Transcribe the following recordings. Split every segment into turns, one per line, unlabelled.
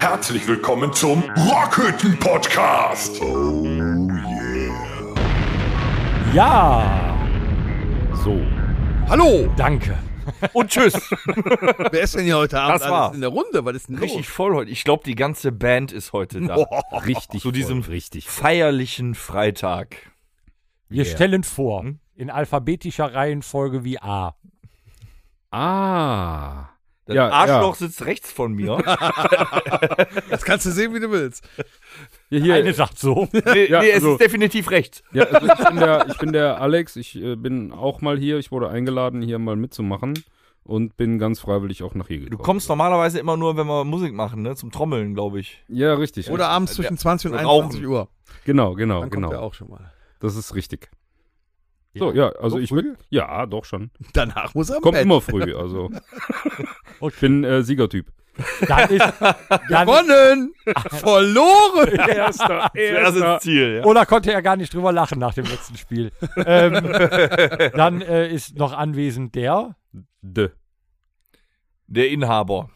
Herzlich willkommen zum Rockhütten Podcast. Oh yeah.
Ja! So,
Hallo
danke.
und tschüss. Wer ist denn hier heute Abend
Das war-
alles in der Runde? Was ist denn los?
Richtig voll heute. Ich glaube, die ganze Band ist heute da.
Richtig.
Zu diesem
richtig.
Feierlichen Freitag.
Wir stellen vor,
Hm?
in alphabetischer Reihenfolge wie A.
Ah.
Das
Ja,
Arschloch sitzt rechts von mir.
Das kannst du sehen, wie du willst.
Ja,
Eine
hier,
sagt so.
Nee,
Ja,
nee es
also-
ist definitiv rechts.
ja, also ich, bin der, ich bin der Alex, ich äh, bin auch mal hier, ich wurde eingeladen, hier mal mitzumachen und bin ganz freiwillig auch nach hier gekommen.
Du kommst normalerweise immer nur, wenn wir Musik machen, ne? Zum Trommeln, glaube ich.
Ja, richtig.
Oder abends zwischen 20 und
wir rauchen.
21 Uhr.
Genau, genau,
Dann kommt er
genau.
auch schon mal.
Das ist richtig. So, ja, also
So
ich
früh?
bin, ja, doch schon.
Danach muss er am
Kommt
Bett.
immer früh, also. Ich bin äh, Siegertyp.
Dann ist, dann,
Gewonnen! Verloren!
Erster, erster.
Ziel, ja.
oder konnte er gar nicht drüber lachen nach dem letzten Spiel. ähm, dann äh, ist noch anwesend der.
D.
Der Inhaber.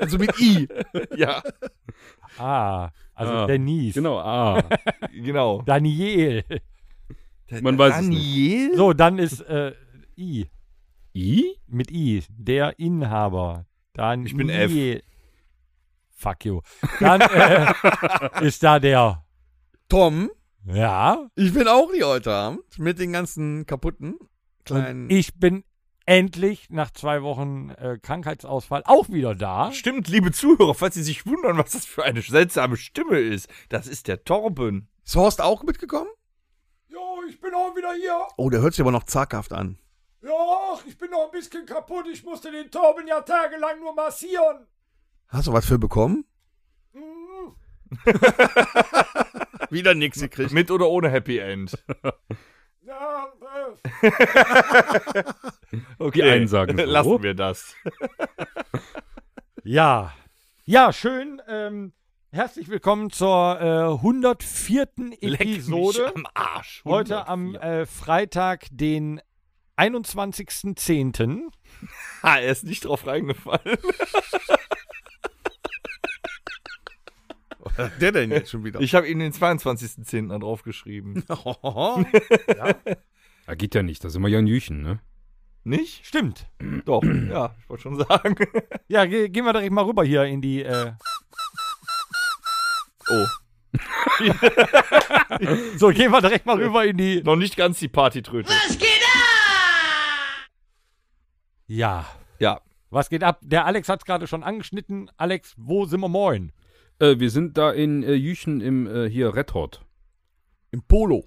Also mit I.
Ja.
Ah, also
Ah,
Denise.
Genau, ah.
Genau.
Daniel.
Man weiß es nicht.
Daniel?
So, dann ist äh, I.
I?
Mit I. Der Inhaber. Daniel.
Ich bin F.
Fuck you. Dann äh, ist da der.
Tom,
Ja.
ich bin auch hier heute Abend. Mit den ganzen kaputten kleinen.
Ich bin endlich nach zwei Wochen äh, Krankheitsausfall auch wieder da.
Stimmt, liebe Zuhörer, falls Sie sich wundern, was das für eine seltsame Stimme ist. Das ist der Torben.
Ist Horst auch mitgekommen?
Ja, ich bin auch wieder hier.
Oh, der hört sich aber noch zaghaft an.
Ja, ich bin noch ein bisschen kaputt. Ich musste den Torben ja tagelang nur massieren. Mhm.
Hast du was für bekommen? Wieder nix gekriegt.
Mit oder ohne Happy End.
Ja, äh.
Okay.
Die einen sagen so.
Lassen wir das.
ja. schön. Ähm, herzlich willkommen zur äh, 104. Episode.
am Arsch.
Heute am äh, Freitag, den 21.10.
Ha, Ah, er ist nicht drauf reingefallen.
Was hat der denn jetzt schon wieder?
Ich habe ihm den 22.10. da draufgeschrieben.
Ah, geht ja nicht, da sind wir ja in Jüchen, ne?
Nicht?
Stimmt.
Doch, ja, ich wollte schon sagen.
Ja, ge gehen wir direkt mal rüber hier in die. Äh,
Oh,
so, gehen wir direkt mal rüber in die.
noch nicht ganz die Partytröte.
Ja.
Ja.
Was geht ab? Der Alex hat es gerade schon angeschnitten. Alex, wo sind wir moin?
Äh, wir sind da in äh, Jüchen im, äh, hier, Red Hot.
Im Polo.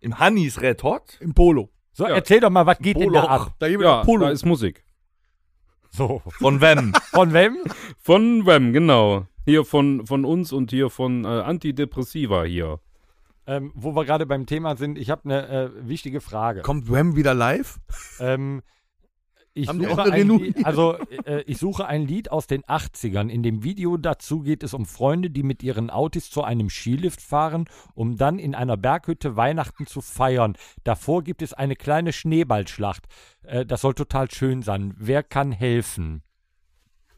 Im Hannis Red Hot?
Im Polo.
So,
Ja.
erzähl doch mal, was geht denn da
Poloch.
ab?
Da gibt
Ja,
es Polo.
da ist Musik.
So,
Von wem?
von wem?
Von Wem, genau. Hier von, von uns und hier von äh, Antidepressiva hier.
ähm, wo wir gerade beim Thema sind, ich habe eine äh, wichtige Frage.
Kommt Wham wieder live?
Ähm, ich
Haben die
suche
auch eine
ein
Renommier-
Lied, also äh, ich suche ein Lied aus den 80ern. In dem Video dazu geht es um Freunde, die mit ihren Autos zu einem Skilift fahren, um dann in einer Berghütte Weihnachten zu feiern. Davor gibt es eine kleine Schneeballschlacht. Äh, das soll total schön sein. Wer kann helfen?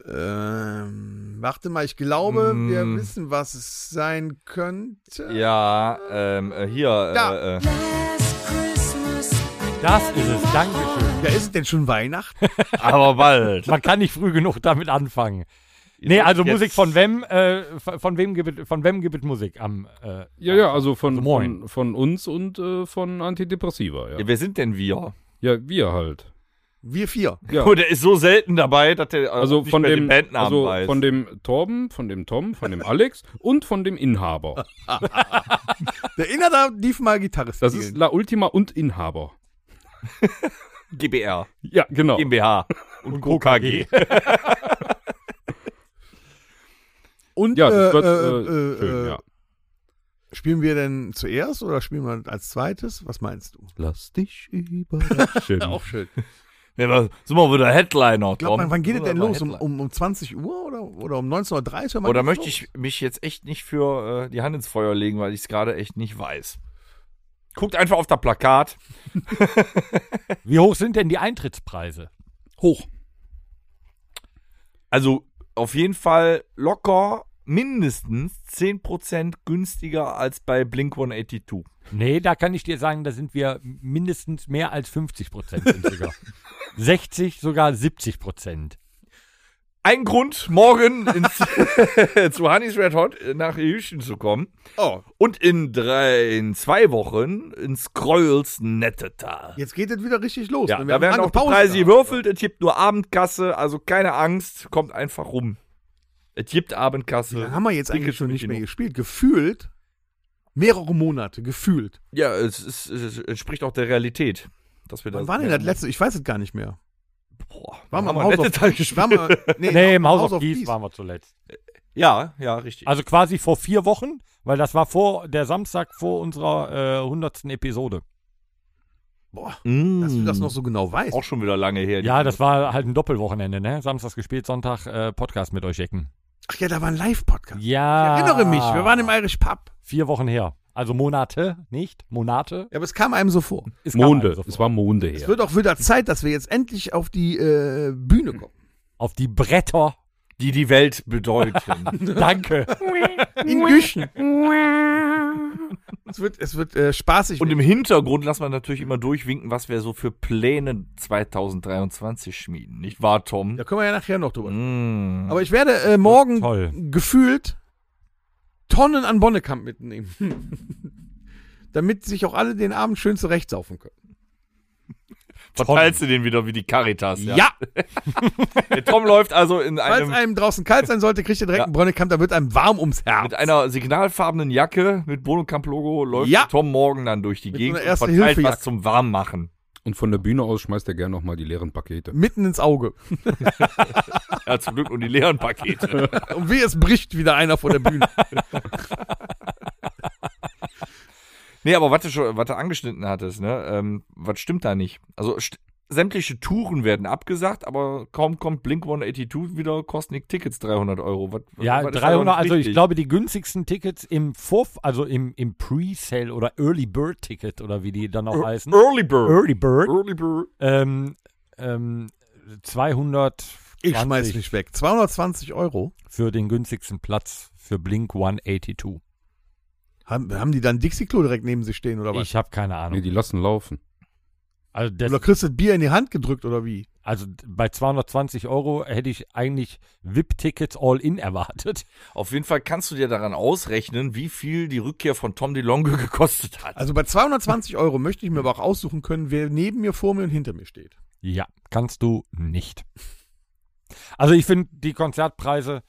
Ähm, warte mal, ich glaube,
Mm.
wir wissen, was es sein könnte.
ja, ähm, äh, hier.
Da.
Äh, äh,
Das ist es. Dankeschön.
Ja, ist es denn schon Weihnachten?
aber bald.
Man kann nicht früh genug damit anfangen. Nee, also
Jetzt-
Musik von wem? Äh, von wem gibt es- von wem gibt es Musik am? Äh,
Ja, ja, also von,
Also moin.
von, von uns und äh, von Antidepressiva, ja.
Ja, wer sind denn wir?
Ja, wir halt.
Wir vier.
Ja.
Oh, der ist so selten dabei, dass der äh,
Also
nicht
von
mehr den
dem,
Bandnamen
also
weiß.
von dem Torben, von dem Tom, von dem Alex und von dem Inhaber.
Der Inhaber lief mal Gitarre
Das ist
spielen.
La Ultima und Inhaber.
GBR,
Ja, genau.
GmbH und Co. KG.
Und
Ja,
äh,
das wird
äh,
äh,
äh,
schön,
äh,
ja.
spielen wir denn zuerst oder spielen wir als zweites? Was meinst du?
Lass dich über.
Schön.
schön.
Ja, aber sind wir wieder Headliner,
Glaub,
Tom.
wann, wann geht es
Sind wir
denn
mal
los? Um,
Headliner.
um, um 20 Uhr oder, oder um 19.30 Uhr? Wann
Oder
geht's
möchte
los?
ich mich jetzt echt nicht für äh, die Hand ins Feuer legen, weil ich es gerade echt nicht weiß. Guckt einfach auf das Plakat.
Wie hoch sind denn die Eintrittspreise?
Hoch.
Also auf jeden Fall locker mindestens 10% günstiger als bei Blink 182.
Nee, da kann ich dir sagen, da sind wir mindestens mehr als 50 Prozent günstiger. 60, sogar 70 Prozent.
Ein Grund, morgen ins, zu Hannis Red Hot äh, nach Houston zu kommen.
Oh,
Und in, drei, in zwei Wochen ins Kreuels Nettetal.
jetzt geht es wieder richtig los.
Ja,
ne?
da
haben
werden
lange
auch die
Pause
Preise
gehabt.
gewürfelt. Es gibt nur Abendkasse, also keine Angst, kommt einfach rum. Es gibt
Wie lange
Abendkasse.
haben wir jetzt eigentlich
Tickets
schon
mit
nicht mehr
genug.
gespielt? Gefühlt mehrere Monate, gefühlt.
Ja, es, ist, es entspricht auch der Realität. Dass wir
Wann
das
war denn das letzte? Ich weiß es gar nicht mehr.
Boah,
War
wann
mal im
haben
House
wir
of
letzte Teil gespielt?
War mal,
Nee, im House of Keys waren wir zuletzt.
Ja, ja, richtig.
Ah,
Also quasi vor vier Wochen, weil das war vor der Samstag vor unserer äh, 100. Episode.
Boah,
Mm.
dass du das noch so genau weißt.
auch schon wieder lange her.
Ja, das war halt ein Doppelwochenende, ne? Samstags gespielt, Sonntag äh, Podcast mit euch Ecken.
Ach ja, da war ein Live-Podcast.
Ja.
Ich erinnere mich, wir waren im Irish Pub.
Vier Wochen her. Also Monate, nicht? Monate?
Ja, aber es kam einem so vor.
Es kam einem
Monde.
so
Es
vor.
war Monde
Es
her.
wird auch wieder Zeit, dass wir jetzt endlich auf die äh, Bühne kommen.
Auf die Bretter.
die die Welt bedeuten.
Danke.
In Güchen. es wird, es wird äh, spaßig.
Und im Hintergrund lassen wir natürlich immer durchwinken, was wir so für Pläne 2023 schmieden. Nicht wahr, Tom?
da können wir ja nachher noch drüber. sprechen.
Mm.
Aber ich werde äh, morgen
Toll.
gefühlt Tonnen an Bonnekamp mitnehmen. Damit sich auch alle den Abend schön zurechtsaufen können.
Verteilst du den wieder wie die Caritas? Ja.
Ja,
Der Tom läuft also in
falls
einem,
einem draußen kalt sein sollte, kriegt ihr direkt
Ja.
einen Bonnekamp, da wird einem warm ums Herz.
mit einer signalfarbenen Jacke mit Bonokamp-Logo läuft
Ja.
Tom morgen dann durch die
Mit so
Gegend
einer
und verteilt
Erste-Hilfe-Jacke.
was zum Warmmachen.
Und von der Bühne aus schmeißt er gerne nochmal die leeren Pakete.
Mitten ins Auge.
Ja, zum Glück und die leeren Pakete.
Und wie es bricht wieder einer vor der Bühne.
Nee, aber was du, schon, was du angeschnitten hattest, ne? Ähm, was stimmt da nicht? Also st sämtliche Touren werden abgesagt, aber kaum kommt Blink 182 wieder, kosten die Tickets 300 Euro. Was,
Ja,
was ist da doch
300,
nicht
also ich
richtig?
glaube, die günstigsten Tickets im Vorf, also im, im Pre-Sale oder Early Bird Ticket oder wie die dann auch heißen.
Early Bird.
Early Bird.
Early Bird.
Ähm, ähm, 200
Ich schmeiß mich weg. 220 Euro.
für den günstigsten Platz für Blink 182.
Haben, haben die dann Dixie-Klo direkt neben sich stehen oder was?
Ich habe keine
Nee,
Ahnung.
die lassen laufen.
Also,
oder
das,
kriegst du das Bier in die Hand gedrückt oder wie?
also bei 220 Euro hätte ich eigentlich VIP-Tickets all in erwartet.
Auf jeden Fall kannst du dir daran ausrechnen, wie viel die Rückkehr von Tom DeLonge gekostet hat.
Also bei 220 Euro möchte ich mir aber auch aussuchen können, wer neben mir, vor mir und hinter mir steht.
Ja, kannst du nicht. Also ich finde die Konzertpreise,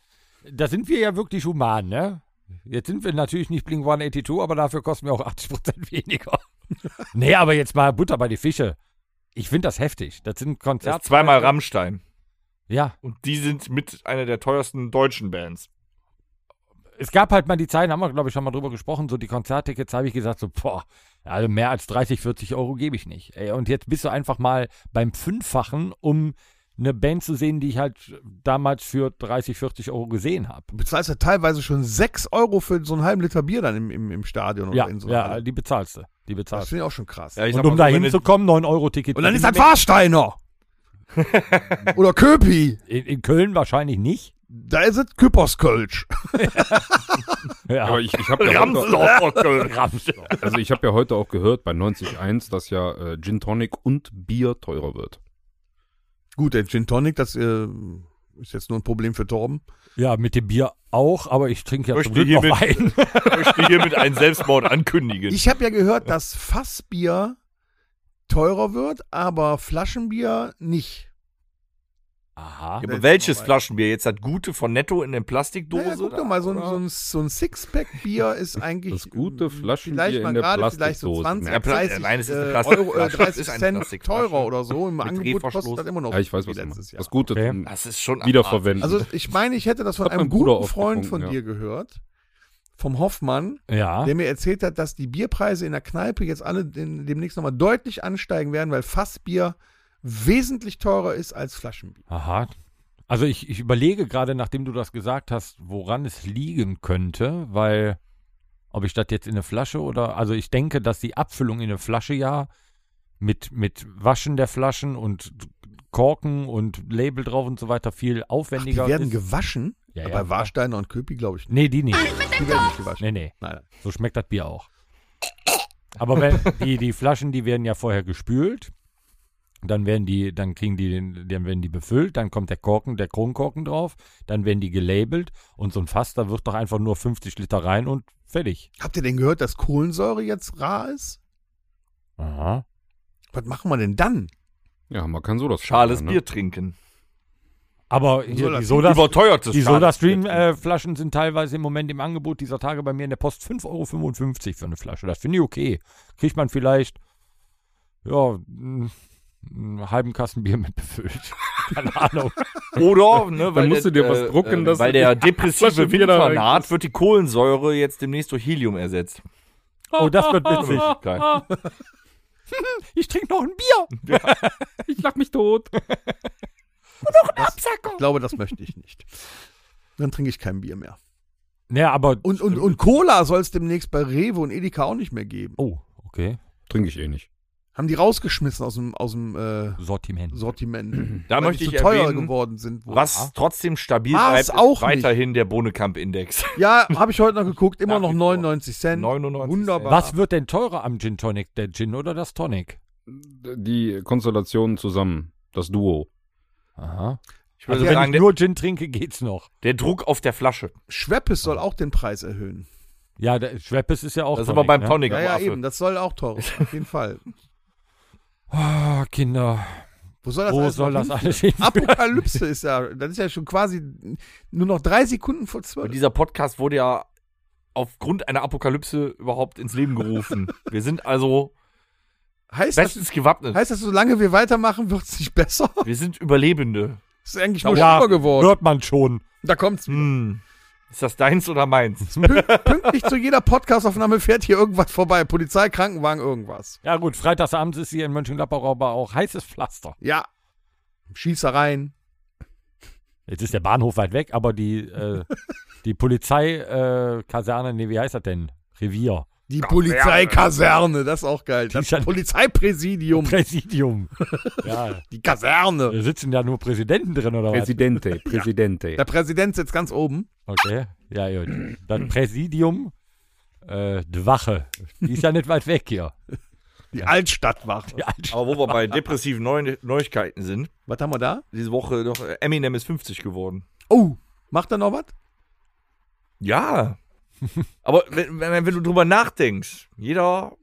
da sind wir ja wirklich human, ne? Jetzt sind wir natürlich nicht Blink 182, aber dafür kosten wir auch 80% weniger. nee, aber jetzt mal Butter bei die Fische. Ich finde das heftig. Das sind
Das ist
Konzerte.
zweimal Rammstein.
Ja.
Und die sind mit einer der teuersten deutschen Bands.
Es gab halt mal die Zeiten, haben wir, glaube ich, schon mal drüber gesprochen, so die Konzerttickets habe ich gesagt, so, boah, also mehr als 30, 40 Euro gebe ich nicht. Ey, und jetzt bist du einfach mal beim Fünffachen, um eine Band zu sehen, die ich halt damals für 30, 40 Euro gesehen habe.
Du bezahlst ja teilweise schon 6 Euro für so einen halben Liter Bier dann im, im, im Stadion oder
Ja,
in so einer
ja
Halle.
die bezahlst du. Die
Das
bezahlst du.
finde ich auch schon krass.
Ja, ich sag
Und um
mal
da
so, wenn du-
hinzukommen, 9 Euro Ticket.
und dann ist
verdienen
ein Fahrsteiner. oder Köpi.
wir- in, in Köln wahrscheinlich nicht.
Da ist es Küpperskölsch.
Ja.
Aber ich, ich habe ja, heute-
Ramsdorf.
also ich hab ja heute auch gehört bei 91, dass ja äh, Gin Tonic und Bier teurer wird.
Gut, der Gin Tonic, das äh, ist jetzt nur ein Problem für Torben.
ja, mit dem Bier auch, aber ich trinke ja zum
Möchte
Glück noch Wein.
hiermit- Ich möchte hiermit einen Selbstmord ankündigen.
Ich habe ja gehört, dass Fassbier teurer wird, aber Flaschenbier nicht.
Aha.
Ja, aber welches Flaschenbier? Jetzt hat gute von Netto in der Plastikdose?
Naja, guck doch mal, so ein,
oder?
so ein, so ein Sixpack-Bier ist eigentlich.
Das gute Flaschenbier
vielleicht mal
in der
gerade vielleicht so
Plastikdose.
20,
Ja, Pla-
30,
nein, es ist eine
äh,
Plastikflasche.
Euro, äh,
Es ist
30
eine
Cent
Plastikflasche.
teurer oder so. Im
Mit
Angebot
Drehverschluss.
kostet das immer noch
Ja, ich weiß,
wie
was du
letztes
meinst.
Jahr.
Das Gute
Okay.
zum
Das ist schon
Wiederverwenden.
Also ich meine, ich hätte das von
Hat
einem
mein Bruder
guten
oft
Freund von
getrunken,
dir
ja.
gehört, vom Hoffmann,
Ja.
der mir erzählt hat, dass die Bierpreise in der Kneipe jetzt alle in, demnächst nochmal deutlich ansteigen werden, weil Fassbier wesentlich teurer ist als Flaschenbier.
Aha. Also ich, ich überlege gerade, nachdem du das gesagt hast, woran es liegen könnte, weil Ob ich das jetzt in eine Flasche oder. Also ich denke, dass die Abfüllung in eine Flasche ja mit, mit Waschen der Flaschen und Korken und Label drauf und so weiter viel
Ach, die
aufwendiger
werden
ist.
gewaschen?
Ja,
aber
ja.
Warsteiner und Köpi glaube ich nicht.
Nee, die nicht.
Die werden nicht gewaschen.
Nee, nee.
Nein, nein.
So schmeckt das Bier auch. Aber wenn, die, die Flaschen, die werden ja vorher gespült. Dann werden die, dann kriegen die, den- dann werden die befüllt, dann kommt der Korken, der Kronkorken drauf, dann werden die gelabelt und so ein Fass, da wird doch einfach nur 50 Liter rein und fertig.
Habt ihr denn gehört, dass Kohlensäure jetzt rar ist?
Aha.
Was machen wir denn dann?
Also
Ja, ne? man kann so das
Schales
machen,
Bier trinken.
Aber hier,
Soda-
die Soda,
Überteuertes
die
Schales
Soda
Bier
äh.
Stream-Flaschen sind teilweise im Moment im Angebot dieser Tage bei mir in der Post 5,55 Euro für eine Flasche. Das finde ich okay. Kriegt man vielleicht, ja, mh, einen halben Kasten Bier mit befüllt. Keine Ahnung.
trinken. Oder, ne, weil
musst
der, äh,
du dir was drucken, dass
Weil
du
der
die Flasche
depressive
Bier da
Windfanat
reinkriegst.
wird die Kohlensäure jetzt demnächst durch Helium ersetzt.
Oh, das wird witzig.
Geil.
Ich trinke noch ein Bier.
Ich lach mich tot.
Ich glaube, das möchte ich nicht. Dann trinke ich kein Bier mehr.
Naja, aber.
Und, und, und Cola soll es demnächst bei Rewe und Edeka auch nicht mehr geben.
Oh, okay.
Trinke ich eh nicht.
Haben die rausgeschmissen aus dem, aus dem äh,
Sortiment.
Sortiment.
Da
weil
möchte
die zu
ich
teuer
erwähnen,
geworden sind. wohl.
Was trotzdem stabil
Ah,
bleibt,
ist auch nicht.
weiterhin der Bohnekamp-Index.
Ja, habe ich heute noch geguckt. Immer
Nach
noch
wie vor.
99 Cent.
99 Cent.
Wunderbar.
Was wird denn teurer am Gin Tonic? Der Gin oder das Tonic?
Die Konstellationen zusammen, das Duo.
Aha.
Ich würde
Also, wenn
sagen,
ich
der,
nur Gin trinke, geht's noch.
der Druck auf der Flasche.
Schweppes soll auch den Preis erhöhen.
Ja, der Schweppes ist ja auch.
Das ist aber beim
ne?
Tonic.
Ja,
am
ja,
Affe.
eben. Das soll auch teurer. sein, Auf jeden Fall.
Ah, Kinder.
Wo soll das
Wo
alles
soll
noch
das
hin?
alles hin?
Apokalypse ist ja, das ist ja schon quasi nur noch drei Sekunden vor
Und
zwölf.
dieser Podcast wurde ja aufgrund einer Apokalypse überhaupt ins Leben gerufen. Wir sind also
Heißt das,
bestens gewappnet.
heißt das, solange wir weitermachen, wird es nicht besser?
Wir sind Überlebende.
Ist eigentlich nur
Ja,
schlimmer geworden.
hört man schon.
Da kommt's.
Hm. Ist das deins oder meins?
Pün pünktlich zu jeder Podcastaufnahme fährt hier irgendwas vorbei. Polizei, Krankenwagen, irgendwas.
Ja, gut, freitagsabends ist hier in Mönchengladbach aber auch heißes Pflaster.
Ja. Schießereien.
Jetzt ist der Bahnhof weit weg, aber die, äh, die Polizeikaserne, äh, Kaserne, nee, wie heißt das denn? Revier.
Die Polizeikaserne, das ist auch geil. Das
Ist ja-
Polizeipräsidium,
Präsidium. ja,
die Kaserne.
da sitzen da nur Präsidenten drin oder was?
Presidente, Presidente.
Der Präsident sitzt ganz oben.
Okay, ja, gut. Dann Präsidium, äh, die Wache. Die ist ja nicht weit weg hier.
Die Altstadtwache.
Die Altstadt.
Aber wo wir bei depressiven Neu Neuigkeiten sind,
Was haben wir da?
diese Woche noch äh, Eminem ist 50 geworden.
Oh, macht er noch was?
Ja. Aber wenn, wenn, wenn du drüber nachdenkst, jeder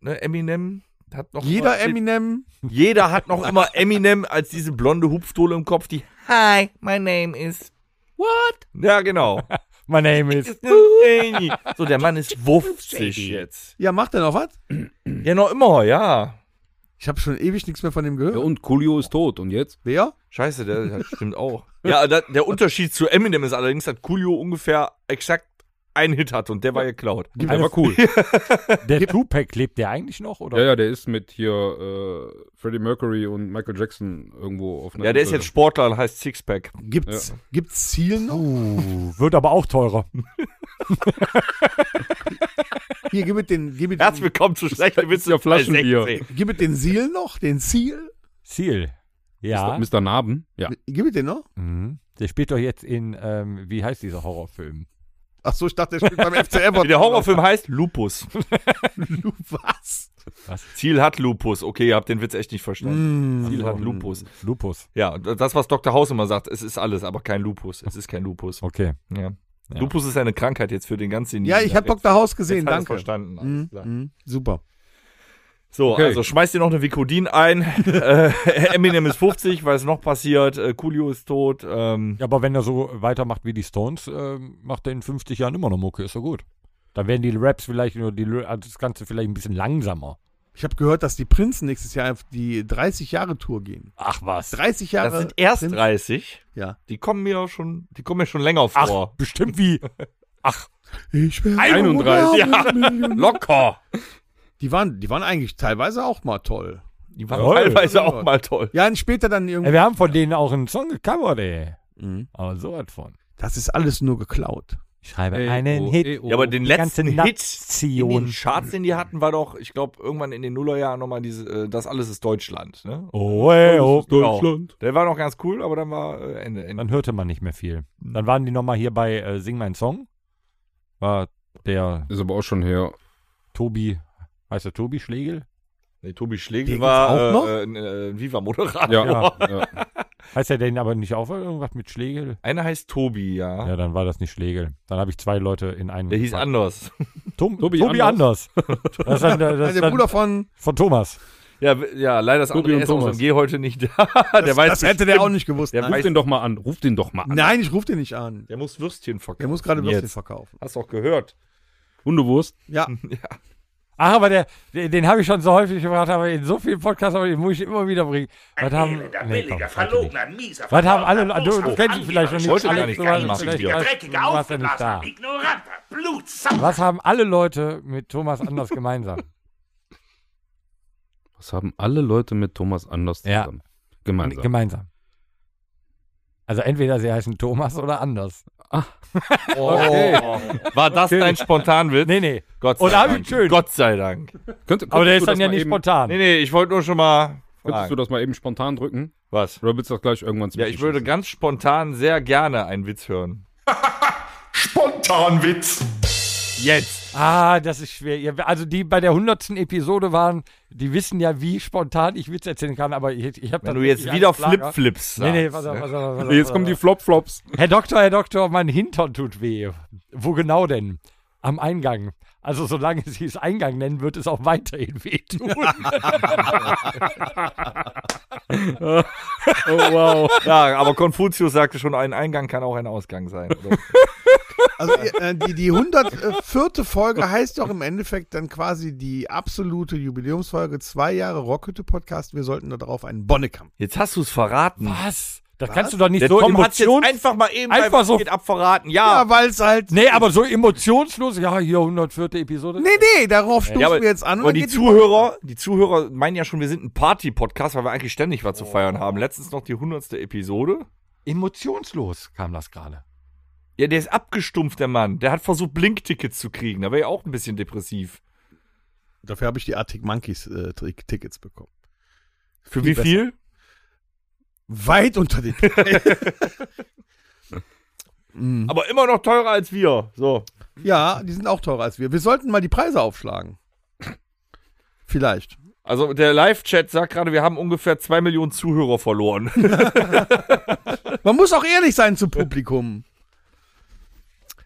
ne, Eminem hat noch
Jeder
immer,
Eminem.
jeder hat noch immer Eminem als diese blonde Hupfdohle im Kopf, die Hi, my name is What? Ja, genau.
My name is.
so, der Mann ist 50 jetzt.
Ja, macht er noch was?
Ja, noch immer, ja.
Ich habe schon ewig nichts mehr von dem gehört.
Ja, und Coolio ist tot. Und jetzt?
Wer?
Scheiße, der das stimmt auch. Ja, da, der Unterschied zu Eminem ist allerdings, dass Coolio ungefähr exakt einen Hit hat und der war geklaut.
Der war cool.
Der Tupac lebt der eigentlich noch? Oder?
Ja, ja, der ist mit hier äh, Freddie Mercury und Michael Jackson irgendwo auf einer
Ja, der ist
Insel.
jetzt Sportler und heißt Sixpack.
Gibt's, gibt's Ziel noch?
Uh, wird aber auch teurer.
Hier, gib mir den, gib mir
Herzlich
den,
willkommen zu schlechten Witze.
ja Flaschenbier.
16.
gib mir den Ziel noch, den Ziel.
Ziel. Ja.
Mr. Narben? Ja.
Gib mir den noch.
Mhm. Der spielt doch jetzt in, ähm, wie heißt dieser Horrorfilm?
Ach so, ich dachte, der spielt beim FC Everton.
Der Horrorfilm heißt Lupus.
Du was?
Ziel hat Lupus. Okay, ihr habt den Witz echt nicht verstanden. Ziel
Mm.
hat Lupus.
Lupus.
Ja, das, was Dr. House immer sagt, es ist alles, aber kein Lupus. Es ist kein Lupus.
Okay.
Ja.
Ja.
Lupus ist eine Krankheit jetzt für den ganzen
Ja, ich habe
Jetzt-
Dr. House
jetzt
gesehen,
hat er's
danke.
verstanden. Alles
Mhm,
klar.
mhm, super.
So,
Okay.
also schmeißt dir noch eine Vicodin ein. äh, Eminem ist 50, was noch passiert. Äh, Coolio ist tot. Ähm,
Ja, aber wenn er so weitermacht wie die Stones, ähm, macht er in 50 Jahren immer noch Mucke, ist doch gut. Dann werden die Raps vielleicht nur die, Lö- also das Ganze vielleicht ein bisschen langsamer.
Ich habe gehört, dass die Prinzen nächstes Jahr auf die 30-Jahre-Tour gehen.
Ach was.
30 Jahre.
das sind erst
Prinzen-
30.
Ja.
Die kommen mir schon, die kommen mir schon länger
Ach,
vor.
bestimmt wie. Ach,
Ich werde
31.
Million-
Locker.
Die waren, die waren eigentlich teilweise auch mal toll.
Die waren
Jawohl.
teilweise auch mal toll.
Ja, und später dann
ey,
irgendwie.
wir haben von denen auch einen Song gecovert, ey.
Mhm.
Äh,
Aber sowas von.
Das ist alles nur geklaut.
Ich schreibe
Ey,
einen
oh,
Hit.
ey, oh.
Ja, aber den
Die ganze
letzten Hit in den
Nation.
Charts, den die hatten, war doch, ich glaube, irgendwann in den Nullerjahren nochmal diese, äh, das alles ist Deutschland, ne?
Oh, ey, oh.
Deutschland.
Der war noch ganz cool, aber dann war äh, Ende. Ende.
Dann hörte man nicht mehr viel. Dann waren die nochmal hier bei äh, Sing mein Song. War der
Ist aber auch schon her.
Tobi, heißt der Tobi Schlegel?
Nee, Tobi Schlegel
Den
war
gibt's auch noch?
äh, ein äh, Viva-Moderator.
Ja.
Ja.
ja.
Heißt er denn aber nicht auch irgendwas mit Schlegel?
Einer heißt Tobi, ja.
Ja, dann war das nicht Schlegel. Dann habe ich zwei Leute in einen.
Der hieß
gepackt.
anders.
Tom,
Tobi
Tobi, anders. Das ist dann, das
Also
ist
der
dann
Bruder von.
von Thomas.
Ja, w- ja leider ist
Tobi
André
und
S. aus
Thomas.
dem G heute nicht da. der weiß
das hätte der auch nicht gewusst.
Der
Nein.
Ruf
weiß-
den doch mal an. Ruf den doch mal an.
Nein, ich rufe den nicht an.
Der muss Würstchen verkaufen.
Der muss gerade Würstchen
Jetzt.
verkaufen.
Hast du auch gehört.
Hundewurst.
Ja,
Ach, aber der, den, den habe ich schon so häufig gefragt, aber in so vielen Podcasts, aber den muss ich immer wieder bringen. Was haben,
Elender,
nee, komm,
billiger,
heute nicht.
verlogener, mieser,
was haben alle,
verdammter,
du, du
boshafter,
kennst ihn vielleicht noch nicht,
wollte gar
Alex,
nicht
du warst-
anmachen,
vielleicht
hier.
warst-
dreckiger,
du warst ja nicht da.
aufgeblasener, ignoranter, blutsauer.
Was haben alle Leute mit Thomas Anders gemeinsam?
Was haben alle Leute mit Thomas Anders
Ja.
zusammen? Gemeinsam.
Gemeinsam. Also entweder sie heißen Thomas oder anders.
War das dein Spontanwitz?
Nee, nee.
Gott
Und hab ich schön.
Gott sei Dank.
Könnt- könntest
Aber der
du
ist dann
das
ja
mal
nicht
eben,
spontan.
Nee, nee, ich wollte nur schon mal
Könntest du
fragen.
das mal eben spontan drücken?
Was?
Oder willst du das gleich irgendwann zum
Ja, ich würde ganz spontan sehr gerne einen Witz hören.
Spontanwitz.
Jetzt.
Ah, das ist schwer. Ja, Also die bei der hundertsten Episode waren, die wissen ja, wie spontan ich Witze erzählen kann, aber ich, ich habe
Wenn du jetzt wieder Flip-Flips
Nee,
sagst. ne?
nee, pass auf, pass auf, pass auf,
Jetzt kommen die Flop-Flops.
Herr Doktor, Herr Doktor, mein Hintern tut weh. Wo genau denn? Am Eingang. Also solange sie es Eingang nennen, wird es auch weiterhin wehtun.
Oh, wow.
Ja, aber Konfuzius sagte schon, ein Eingang kann auch ein Ausgang sein. Oder?
also äh, die, die 104. Folge heißt doch im Endeffekt dann quasi die absolute Jubiläumsfolge. Zwei Jahre Rockhütte-Podcast. Wir sollten darauf einen Bonnekamp.
Jetzt hast du es verraten.
Was? Das kannst du doch nicht
Der
so
Tom hat's jetzt
emotions...
einfach mal eben
Einfach
beim
so-
Geht ab verraten. Ja.
Ja, weil es halt.
Nee, aber so emotionslos. Ja, hier 104. Episode.
Nee, nee, darauf stoßen
aber-
wir jetzt an. und
Aber
dann
die
geht
Zuhörer, die Zuhörer meinen ja schon, wir sind ein Party-Podcast, weil wir eigentlich ständig was zu feiern haben. Letztens noch die 100. Episode.
Emotionslos kam das gerade.
Ja, der ist abgestumpft, der Mann. Der hat versucht, Blinktickets zu kriegen. Da wäre ja auch ein bisschen depressiv.
Dafür habe ich die Arctic Monkeys äh, Tri- Tickets bekommen.
Für
Viel
wie viel?
Weit unter den. Mhm.
Aber immer noch teurer als wir. So.
ja, die sind auch teurer als wir. Wir sollten mal die Preise aufschlagen. Vielleicht.
Also der Live-Chat sagt gerade, wir haben ungefähr zwei Millionen Zuhörer verloren.
Man muss auch ehrlich sein zum Publikum.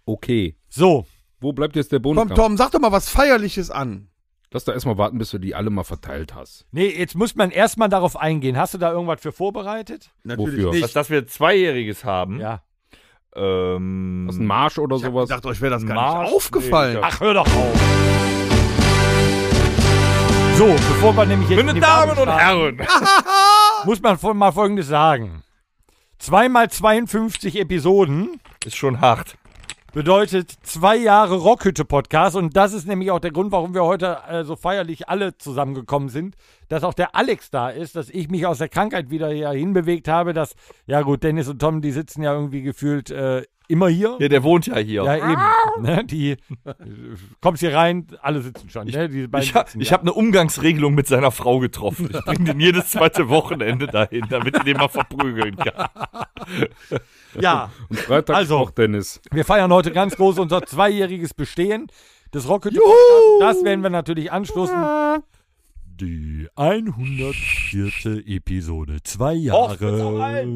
Okay.
So,
Wo bleibt jetzt der Bonus?
Komm, Tom, sag doch mal was Feierliches an.
Lass da erstmal warten, bis du die alle mal verteilt hast.
nee, jetzt muss man erstmal darauf eingehen. Hast du da irgendwas für vorbereitet?
Natürlich
Wofür?
nicht.
Dass, dass wir Zweijähriges haben.
Ja.
Ähm,
Was ein Marsch oder
Hm. Ich hab
sowas?
gedacht, euch wäre das gar
Mars-
nicht aufgefallen.
Nee, ja.
Ach, hör doch auf. So, bevor wir nämlich jetzt. in
Meine
die
Damen
Werbung
und
starten,
Herren.
Muss man fol- mal Folgendes sagen: Zweimal 52 Episoden
Ist schon hart.
bedeutet zwei Jahre Rockhütte-Podcast. Und das ist nämlich auch der Grund, warum wir heute äh, so feierlich alle zusammengekommen sind, dass auch der Alex da ist, dass ich mich aus der Krankheit wieder hier hinbewegt habe, dass, ja gut, Dennis und Tom, die sitzen ja irgendwie gefühlt äh, immer hier.
Ja, der wohnt ja hier.
Ja, eben. Ne? Die äh, kommst hier rein, alle sitzen schon. ne? Diese beiden
Ich, ha,
sitzen
ich
ja.
habe eine Umgangsregelung mit seiner Frau getroffen. Ich bringe den jedes zweite Wochenende dahin, damit ich den mal verprügeln kann.
ja,
Und Freitag
Also.
auch Dennis.
wir feiern heute ganz groß unser zweijähriges Bestehen des Rocket. Podcasts. Das werden wir natürlich anstoßen. Die 104. Episode, zwei Jahre.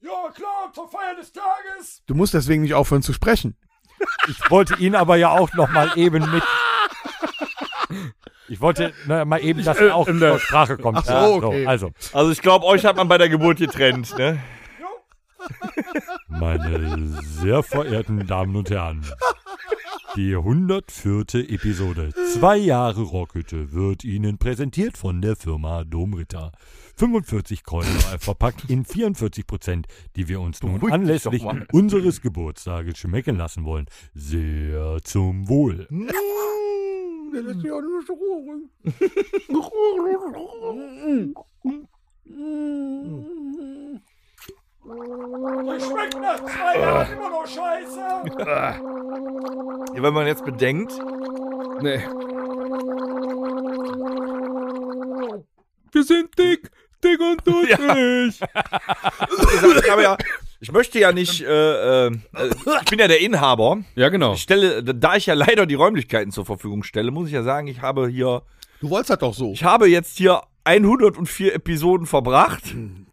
Ja, klar, zur Feier des Tages.
Du musst deswegen nicht aufhören zu sprechen.
Ich wollte ihn aber ja auch noch mal eben mit. Ich wollte na, mal eben, dass er auch zur Sprache kommt.
Ach so,
Ja,
okay.
also,
Also ich glaube, euch hat man bei der Geburt getrennt, ne?
Meine sehr verehrten Damen und Herren, die 104. Episode Zwei Jahre Rockhütte wird Ihnen präsentiert von der Firma Domritter. 45 Kräuter verpackt in 44 Prozent, die wir uns nun anlässlich unseres Geburtstages schmecken lassen wollen. Sehr zum Wohl.
Ja, wenn man jetzt bedenkt,
Nee. Wir sind dick, dick und durch.
ich, sag, ich, habe ja, ich möchte ja nicht, äh, äh, ich bin ja der Inhaber.
Ja, genau.
Ich stelle, da ich ja leider die Räumlichkeiten zur Verfügung stelle, muss ich ja sagen, ich habe hier,
Du wolltest das doch so.
ich habe jetzt hier 104 Episoden verbracht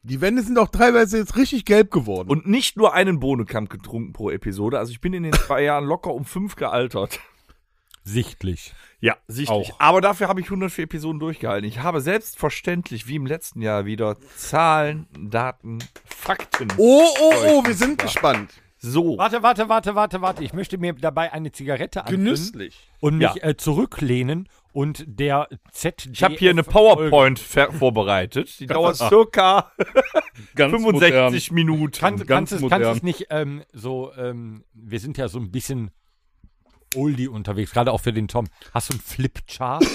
Die Wände sind auch teilweise jetzt richtig gelb geworden.
und nicht nur einen Bohnenkamp getrunken pro Episode. Also ich bin in den zwei Jahren locker um fünf gealtert.
Sichtlich.
Ja, sichtlich.
Auch.
Aber dafür habe ich 104 Episoden durchgehalten. Ich habe selbstverständlich, wie im letzten Jahr wieder, Zahlen, Daten, Fakten.
oh, oh, oh, wir sind gespannt.
So.
Warte, warte, warte, warte, warte. Ich möchte mir dabei eine Zigarette anzünden
Genüsslich.
und mich
Ja.
äh, zurücklehnen und der ZD.
Ich habe hier eine PowerPoint ver- vorbereitet. Die dauert circa
Ganz
65 Minuten.
Kann,
ganz
kannst du es
modern.
kannst es nicht ähm, so, ähm, wir sind ja so ein bisschen oldie unterwegs, gerade auch für den Tom. Hast du einen Flipchart?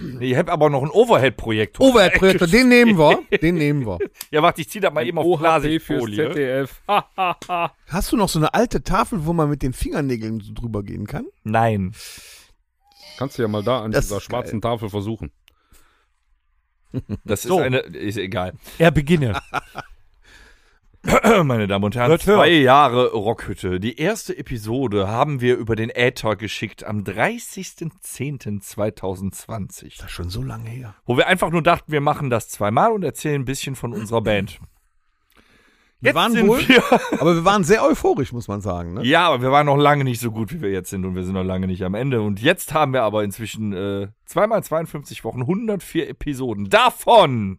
Nee, ich habe aber noch ein
Oh!
Overhead-Projektor.
Overhead-Projektor, den nehmen wir. Den nehmen wir.
Ja, warte, ich ziehe das mal eben auf
OHP fürs
Blasefolie.
ZDF.
Ah.
Hast du noch so eine alte Tafel, wo man mit den Fingernägeln so drüber gehen kann?
Nein.
Kannst du ja mal da an
Das
dieser
ist
schwarzen Tafel versuchen.
Das ist
So.
eine. Ist egal.
er beginne.
Meine Damen und Herren,
Hört, hört.
zwei Jahre Rockhütte. Die erste Episode haben wir über den Äther geschickt am 30.10.2020.
Das ist schon so lange her.
wo wir einfach nur dachten, wir machen das zweimal und erzählen ein bisschen von unserer Band.
Wir waren
sind
wohl-
wir.
Aber wir waren sehr euphorisch, muss man sagen. Ne?
Ja, aber wir waren noch lange nicht so gut, wie wir jetzt sind und wir sind noch lange nicht am Ende. Und jetzt haben wir aber inzwischen äh, zweimal 52 Wochen, 104 Episoden. Davon!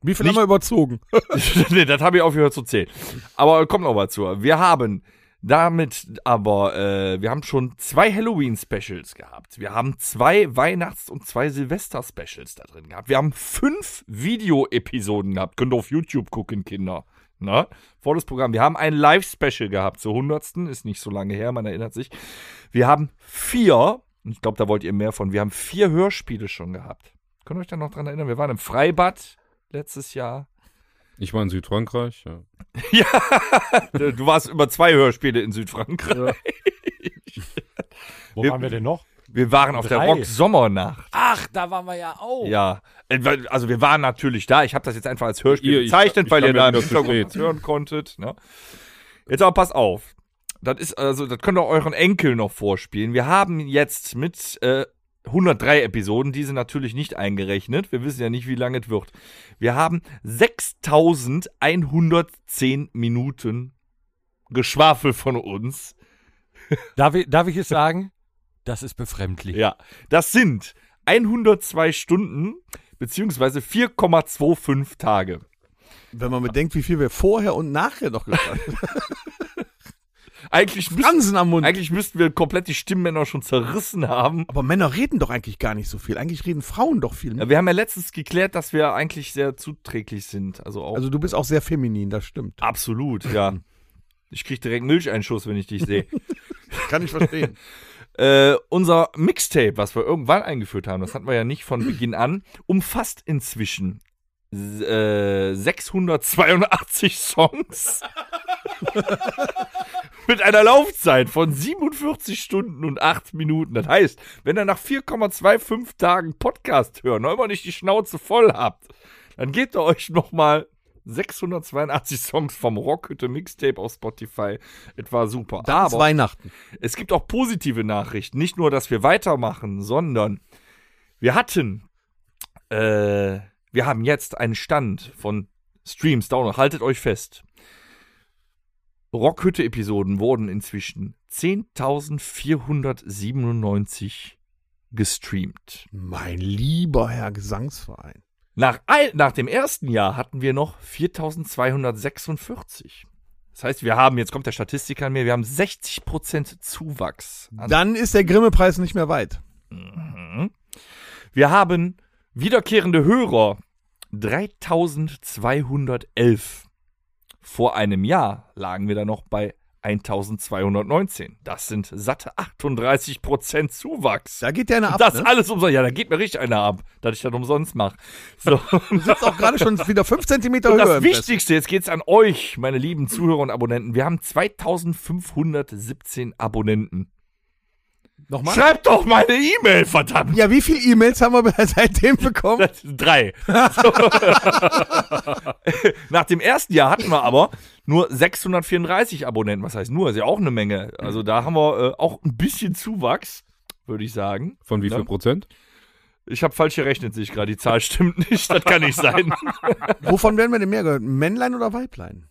Wie viel haben wir überzogen?
nee, das habe ich aufgehört zu zählen. Aber kommt noch was zu. Wir haben damit aber, äh, wir haben schon zwei Halloween-Specials gehabt. Wir haben zwei Weihnachts- und zwei Silvester-Specials da drin gehabt. Wir haben fünf Video-Episoden gehabt. Könnt ihr auf YouTube gucken, Kinder. Na, volles Programm. Wir haben ein Live-Special gehabt zur 100. Ist nicht so lange her, man erinnert sich. Wir haben vier, und ich glaube, da wollt ihr mehr von, wir haben vier Hörspiele schon gehabt. Könnt ihr euch da noch dran erinnern? Wir waren im Freibad letztes Jahr.
Ich war in Südfrankreich. Ja.
Du warst über zwei Hörspiele in Südfrankreich.
Wo
Wir-
waren wir denn noch?
Wir waren auf
Drei. Oh.
der Rock-Sommernacht.
Ach, da waren wir ja auch.
Ja. Äh, weil- Also wir waren natürlich da. Ich habe das jetzt einfach als Hörspiel
Ihr, ich-
bezeichnet,
ich
weil
kam
ihr
mir
da im
wieder zu
Hintergrund
spät.
hören konntet. Ne? Jetzt aber pass auf. Das ist also, das könnt ihr euren Enkel noch vorspielen. Wir haben jetzt mit äh, 103 Episoden, diese natürlich nicht eingerechnet. Wir wissen ja nicht, wie lange es wird. Wir haben 6110 Minuten Geschwafel von uns.
Darf, ich, darf ich es sagen? Das ist befremdlich.
Ja, das sind 102 Stunden beziehungsweise 4,25 Tage.
Wenn man bedenkt, wie viel wir vorher und nachher noch gesagt haben.
Eigentlich, müssten-
Fransen am Mund.
eigentlich müssten wir komplett die Stimmbänder schon zerrissen haben.
Aber Männer reden doch eigentlich gar nicht so viel. Eigentlich reden Frauen doch viel. ne?
Ja,
Mehr.
Wir haben ja letztens geklärt, dass wir eigentlich sehr zuträglich sind. Also auch
Also du bist auch sehr feminin, das stimmt.
absolut, ja. Ich krieg direkt Milcheinschuss, wenn ich dich sehe.
Kann ich verstehen.
äh, unser Mixtape, was wir irgendwann eingeführt haben, das hatten wir ja nicht von Beginn an, umfasst inzwischen s- äh, 682 Songs mit einer Laufzeit von 47 Stunden und 8 Minuten. Das heißt, wenn ihr nach 4,25 Tagen Podcast hören, immer nicht die Schnauze voll habt, dann gebt ihr euch nochmal 682 Songs vom Rockhütte Mixtape auf Spotify. Es war super.
Da ist Weihnachten.
Es gibt auch positive Nachrichten. Nicht nur, dass wir weitermachen, sondern wir hatten, äh, wir haben jetzt einen Stand von Streams Download. Haltet euch fest. Rockhütte-Episoden wurden inzwischen 10.497 gestreamt.
Mein lieber Herr Gesangsverein.
Nach, ein, nach dem ersten Jahr hatten wir noch 4.246. Das heißt, wir haben, jetzt kommt der Statistiker an mir, wir haben 60% Zuwachs an
Dann ist der Grimme-Preis nicht mehr weit.
Wir haben wiederkehrende Hörer 3211. Vor einem Jahr lagen wir da noch bei 1219. Das sind satte 38% Zuwachs.
Da geht der eine ab.
das
ne?
alles umsonst. Ja, da geht mir richtig einer ab, dass ich das umsonst mache. So.
ist auch gerade schon wieder 5 cm höher.
Und das
im Fest.
Wichtigste, jetzt geht's an euch, meine lieben Zuhörer und Abonnenten. Wir haben 2517 Abonnenten.
Nochmal?
Schreibt doch meine E-Mail, verdammt!
Ja, wie viele E-Mails haben wir seitdem bekommen?
Das sind Drei. So. Nach dem ersten Jahr hatten wir aber nur 634 Abonnenten. Was heißt nur? Ist ja auch eine Menge. Also da haben wir äh, auch ein bisschen Zuwachs, würde ich sagen.
Von wie
Ja.
viel Prozent?
Ich habe falsch gerechnet, sehe ich gerade. Die Zahl stimmt nicht. Das kann nicht sein.
Wovon werden wir denn mehr gehört? Männlein oder Weiblein?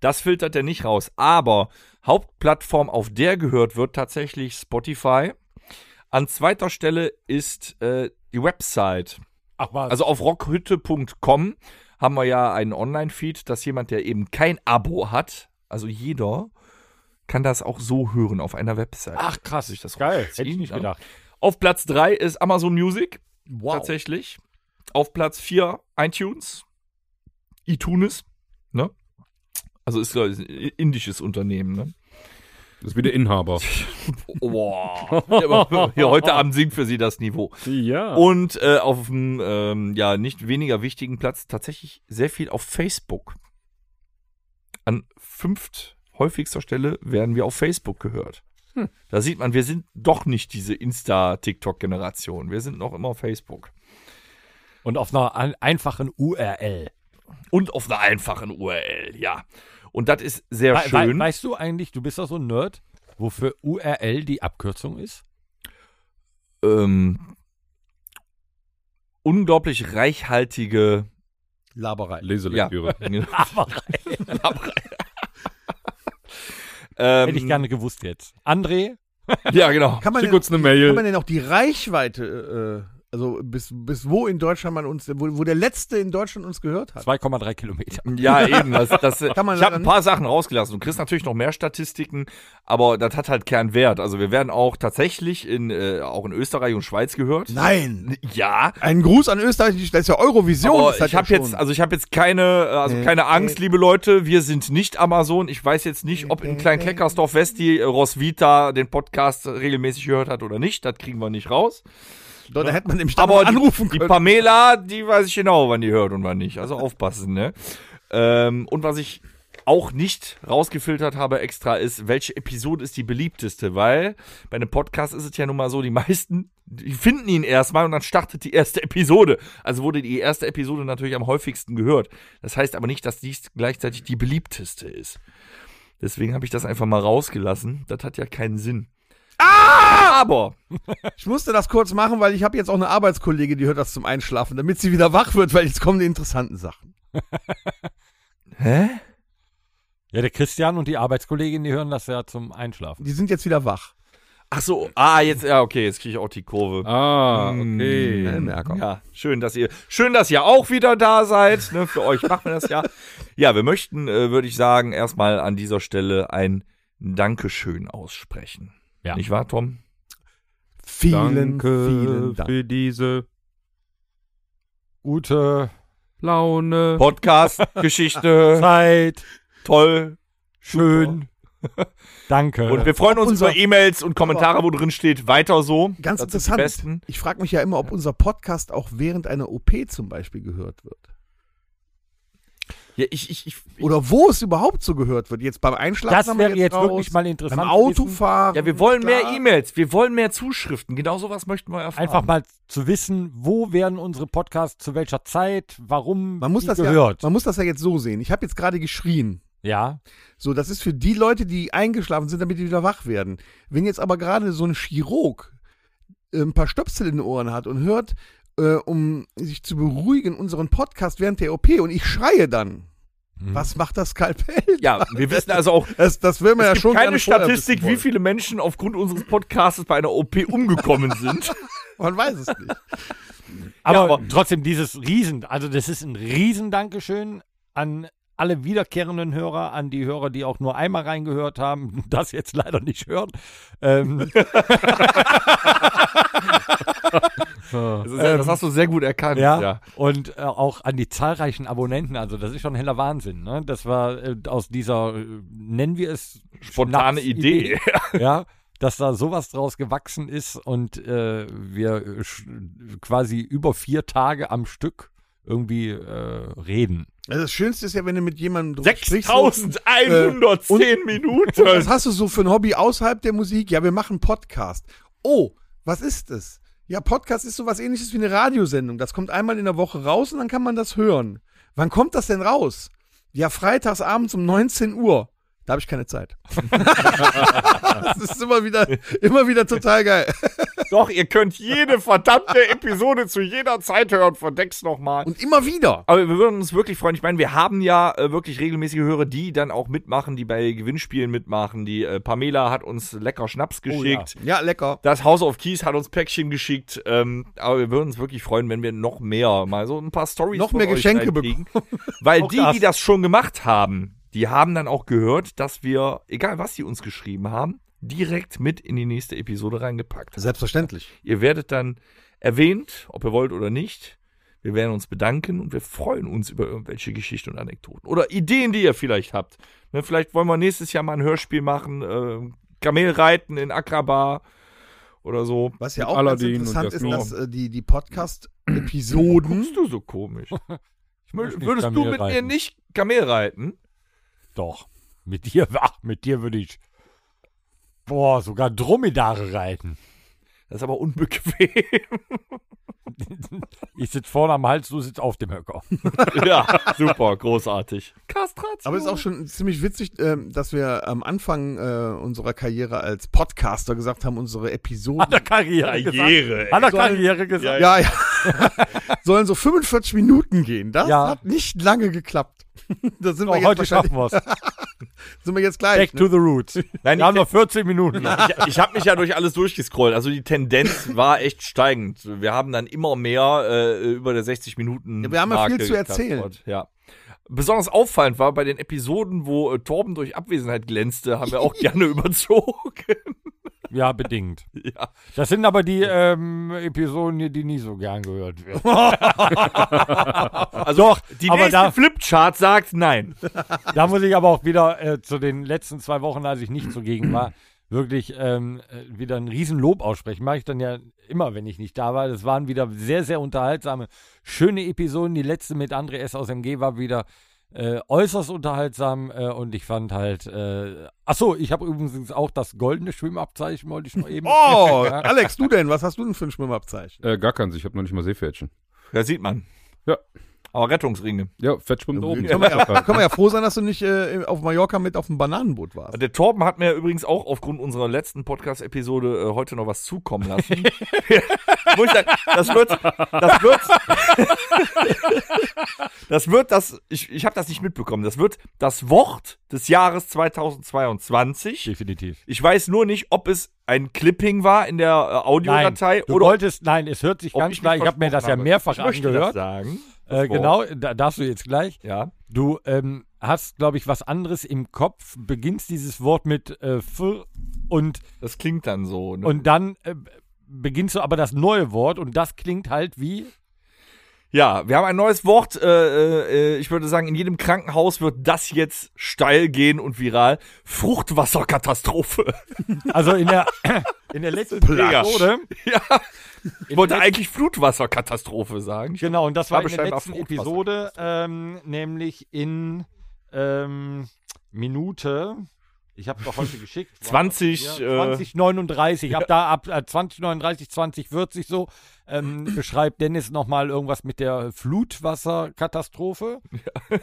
Das filtert er nicht raus. Aber Hauptplattform, auf der gehört wird, tatsächlich Spotify. An zweiter Stelle ist äh, die Website.
Ach was.
Also auf rockhütte.com haben wir ja einen Online-Feed, dass jemand, der eben kein Abo hat, also jeder, kann das auch so hören auf einer Website.
Ach krass,
Sich das
geil. Hätte
runterziehen,
ich nicht
ne?
gedacht.
Auf Platz 3 ist Amazon Music,
Wow.
tatsächlich. Auf Platz 4 iTunes, iTunes, ne? Also ist, glaub ich, ein indisches Unternehmen, ne?
Das ist wieder Inhaber.
Boah. Hier, heute Abend sinkt für sie das Niveau.
ja.
Und äh, auf dem ähm, ja nicht weniger wichtigen Platz tatsächlich sehr viel auf Facebook. An fünft häufigster Stelle werden wir auf Facebook gehört. Da sieht man, wir sind doch nicht diese Insta-TikTok-Generation. Wir sind noch immer auf Facebook.
Und auf einer ein- einfachen URL.
Und auf einer einfachen URL, ja. Und das ist sehr
Wei- wei-
schön.
weißt du eigentlich, du bist doch so ein Nerd, wofür URL die Abkürzung ist?
ähm, unglaublich reichhaltige Genau.
Laberei.
Leselektüre.
Aber
ähm,
hätte ich gerne gewusst jetzt. André,
Ja, genau.
Kann man,
Schick
denn,
uns eine
kann
Mail.
man denn auch die Reichweite, äh, also bis, bis wo in Deutschland man uns, wo, wo der Letzte in Deutschland uns gehört hat?
2,3 Kilometer.
Ja, eben. Das, das,
Kann man
ich habe
dann-
ein paar Sachen rausgelassen. Du kriegst natürlich noch mehr Statistiken, aber das hat halt Kernwert. Also wir werden auch tatsächlich in, äh, auch in Österreich und Schweiz gehört.
Nein.
Ja.
Ein Gruß an Österreich, das ist ja Eurovision.
Aber
das hat
ich habe
ja
jetzt, also ich habe jetzt keine, äh, also keine Angst, liebe Leute. Wir sind nicht Amazon. Ich weiß jetzt nicht, ob in Kleinkleckersdorf West die äh, Roswitha den Podcast regelmäßig gehört hat oder nicht. Das kriegen wir nicht raus.
Dort hätte man nämlich
Aber die,
anrufen
die
können.
Pamela, die weiß ich genau, wann die hört und wann nicht. Also aufpassen, ne? Ähm, und was ich auch nicht rausgefiltert habe extra ist, welche Episode ist die beliebteste, weil bei einem Podcast ist es ja nun mal so, die meisten, die finden ihn erstmal und dann startet die erste Episode. Also wurde die erste Episode natürlich am häufigsten gehört. Das heißt aber nicht, dass dies gleichzeitig die beliebteste ist. Deswegen habe ich das einfach mal rausgelassen. Das hat ja keinen Sinn.
Ah!
Aber
Ich musste das kurz machen, weil ich habe jetzt auch eine Arbeitskollege, die hört das zum Einschlafen, damit sie wieder wach wird, weil jetzt kommen die interessanten Sachen.
Ja, der Christian und die Arbeitskollegin, die hören das ja zum Einschlafen.
Die sind jetzt wieder wach.
Ach so, ah, jetzt, ja, okay, jetzt kriege ich auch die Kurve.
Ah, okay.
Herr Merker.
Ja, schön, dass ihr, schön, dass ihr auch wieder da seid. Ne, für euch machen wir das ja. Ja, wir möchten, äh, würde ich sagen, erstmal an dieser Stelle ein Dankeschön aussprechen.
Ja.
Nicht wahr, Tom?
Vielen,
Danke
vielen Dank.
für diese
Gute
Laune.
Podcast, Geschichte,
Zeit,
toll.
schön. Danke.
Und wir freuen uns
Unser-
über E-Mails und Kommentare, wo drin steht, weiter so.
Ganz
Das sind die
interessant.
besten.
Ich frage mich ja immer, ob unser Podcast auch während einer OP zum Beispiel gehört wird.
Ja, ich, ich, ich,
Oder wo es überhaupt so gehört wird. Jetzt beim Einschlafen
das
haben wir
wäre jetzt
raus,
wirklich mal interessant.
Beim
zu wissen,
Autofahren.
ja, wir wollen mehr
klar.
E-Mails, wir wollen mehr Zuschriften. Genau sowas möchten wir erfahren.
Einfach mal zu wissen, wo werden unsere Podcasts zu welcher Zeit, warum
Man muss,
die
das ja,
gehört.
man muss das ja jetzt so sehen. Ich habe jetzt gerade geschrien.
ja,
So, das ist für die Leute, die eingeschlafen sind, damit die wieder wach werden. Wenn jetzt aber gerade so ein Chirurg äh, ein paar Stöpsel in den Ohren hat und hört, äh, um sich zu beruhigen, unseren Podcast während der OP und ich schreie dann, was macht das Skalpell?
ja, wir wissen also auch,
Das, das will man ja
Es
schon
gibt keine
gerne vorher
Statistik,
wissen
wie
wollen.
viele Menschen aufgrund unseres Podcasts bei einer OP umgekommen sind.
Man weiß es nicht.
aber,
aber-
trotzdem dieses Riesen, also das ist ein Riesen-Dankeschön an alle wiederkehrenden Hörer, an die Hörer, die auch nur einmal reingehört haben, das jetzt leider nicht hören. Ähm,
Das, ist ja-
Ähm,
das hast du sehr gut erkannt.
ja, und äh, auch an die zahlreichen Abonnenten, also das ist schon heller Wahnsinn, ne? dass wir äh, aus dieser, äh, nennen wir es
spontane Idee.
ja, dass da sowas draus gewachsen ist und äh, wir äh, sch- quasi über vier Tage am Stück irgendwie äh, reden.
Also das Schönste ist ja, wenn du äh, mit jemandem drüber sprichst. so,
6110 Minuten.
Was hast du so für ein Hobby außerhalb der Musik? Ja, wir machen Podcast. Oh, was ist es? Ja, Podcast ist sowas ähnliches wie eine Radiosendung. Das kommt einmal in der Woche raus und dann kann man das hören. Wann kommt das denn raus? Ja, freitags abends um 19 Uhr. Da habe ich keine Zeit. das ist immer wieder, immer wieder total geil.
Doch, ihr könnt jede verdammte Episode zu jeder Zeit hören. Verdeck's nochmal.
Und immer wieder.
Aber wir würden uns wirklich freuen. Ich meine, wir haben ja äh, wirklich regelmäßige Hörer, die dann auch mitmachen, die bei Gewinnspielen mitmachen. Die äh, Pamela hat uns lecker Schnaps geschickt.
Oh Ja, lecker.
Das House of Keys hat uns Päckchen geschickt. Ähm, aber wir würden uns wirklich freuen, wenn wir noch mehr, mal so ein paar Stories
Noch
von
mehr
euch
Geschenke
reinkriegen. Weil
Auch
die,
das.
die das schon gemacht haben, die haben dann auch gehört, dass wir, egal was sie uns geschrieben haben, direkt mit in die nächste Episode reingepackt haben.
Selbstverständlich.
Ihr werdet dann erwähnt, ob ihr wollt oder nicht. Wir werden uns bedanken und wir freuen uns über irgendwelche Geschichten und Anekdoten oder Ideen, die ihr vielleicht habt. Ne, vielleicht wollen wir nächstes Jahr mal ein Hörspiel machen, äh, Kamelreiten in Akraba oder so.
Was ja
Mit
auch ganz
Aladdin und
interessant ist,
Jasmin.
dass äh, die, die Podcast-Episoden
Bist du so komisch?
Ich
Mö-
möchte nicht
Würdest du
Kamel
mit mir
reiten.
nicht Kamelreiten?
Doch. Mit dir, ach, mit dir würde ich. Boah, sogar Dromedare reiten.
Das ist aber unbequem.
Ich sitze vorne am Hals, du sitzt auf dem Höcker.
ja, super, großartig. Kastration.
Aber es ist auch schon ziemlich witzig, ähm, dass wir am Anfang äh, unserer Karriere als Podcaster gesagt haben, unsere
An
Episoden.
der Karriere. Karriere. An der Karriere gesagt.
Ja, ja. Sollen so 45 Minuten gehen. Das
Ja.
hat nicht lange geklappt. Da sind, wir
Doch,
jetzt
Oh, heute
wahrscheinlich,
schaffen wir es.
sind wir jetzt gleich.
Back
Ne?
to the roots.
Nein,
wir haben
ich-
noch 14 Minuten.
ich ich habe mich ja durch alles durchgescrollt. Also die Tendenz war echt steigend. Wir haben dann immer mehr äh, über der 60 Minuten.
Ja, wir haben ja
Marke
viel zu erzählen.
gekaspert. Ja. Besonders auffallend war bei den Episoden, wo äh, Torben durch Abwesenheit glänzte, haben wir auch gerne überzogen.
Ja, bedingt.
Ja.
Das sind aber die ähm, Episoden, hier, die nie so gern gehört werden.
Also
Doch,
die
aber
nächste
da-
Flipchart sagt nein.
Da muss ich aber auch wieder äh, zu den letzten zwei Wochen, als ich nicht zugegen war, wirklich ähm, äh, wieder ein Riesenlob aussprechen. Mache ich dann ja immer, wenn ich nicht da war. Das waren wieder sehr, sehr unterhaltsame, schöne Episoden. Die letzte mit André S. aus MG war wieder äh, äußerst unterhaltsam äh, und ich fand halt. Äh, achso, ich habe übrigens auch das goldene Schwimmabzeichen, wollte ich noch eben.
Oh,
Ja.
Alex, du denn? Was hast du denn für ein Schwimmabzeichen?
Äh, gar keins, ich habe noch nicht mal Seepferdchen.
Da sieht man.
Ja.
Aber Rettungsringe.
Ja, Fett schwimmt oben.
Können wir, ja, können wir ja froh sein, dass du nicht äh, auf Mallorca mit auf dem Bananenboot warst.
Äh, Der Torben hat mir übrigens auch aufgrund unserer letzten Podcast-Episode äh, heute noch was zukommen lassen. Wo ich dann, das wird, das wird, das wird das, ich, ich habe das nicht mitbekommen, das wird das Wort des Jahres 2022.
Definitiv.
Ich weiß nur nicht, ob es ein Clipping war in der äh,
Nein,
Audiodatei
du
oder
wolltest, nein, es hört sich
ob
ganz
mich
klar, ich habe mir das ja
versprochen
mehrfach
habe. Ich möchte das
angehört.
sagen.
Äh,
Das Wort.
genau, da darfst du jetzt gleich.
Ja.
Du ähm, hast, glaube ich, was anderes im Kopf, beginnst dieses Wort mit äh, F und,
Das klingt dann so. Ne?
und dann äh, beginnst du aber das neue Wort und das klingt halt wie.
Ja, wir haben ein neues Wort. Äh, äh, ich würde sagen, in jedem Krankenhaus wird das jetzt steil gehen und viral. Fruchtwasserkatastrophe.
Also in der, in der letzten
Plage.
Episode.
ja. Ich wollte eigentlich Flutwasserkatastrophe sagen.
Genau, und das war
Habe
in der
scheinbar
letzten
Fruchtwasser.
Episode, ähm, nämlich in ähm, Minute. Ich habe doch heute geschickt.
20,
Ja, 2039. Ab da ab äh, 2039, 2040 so ähm, beschreibt Dennis nochmal irgendwas mit der Flutwasserkatastrophe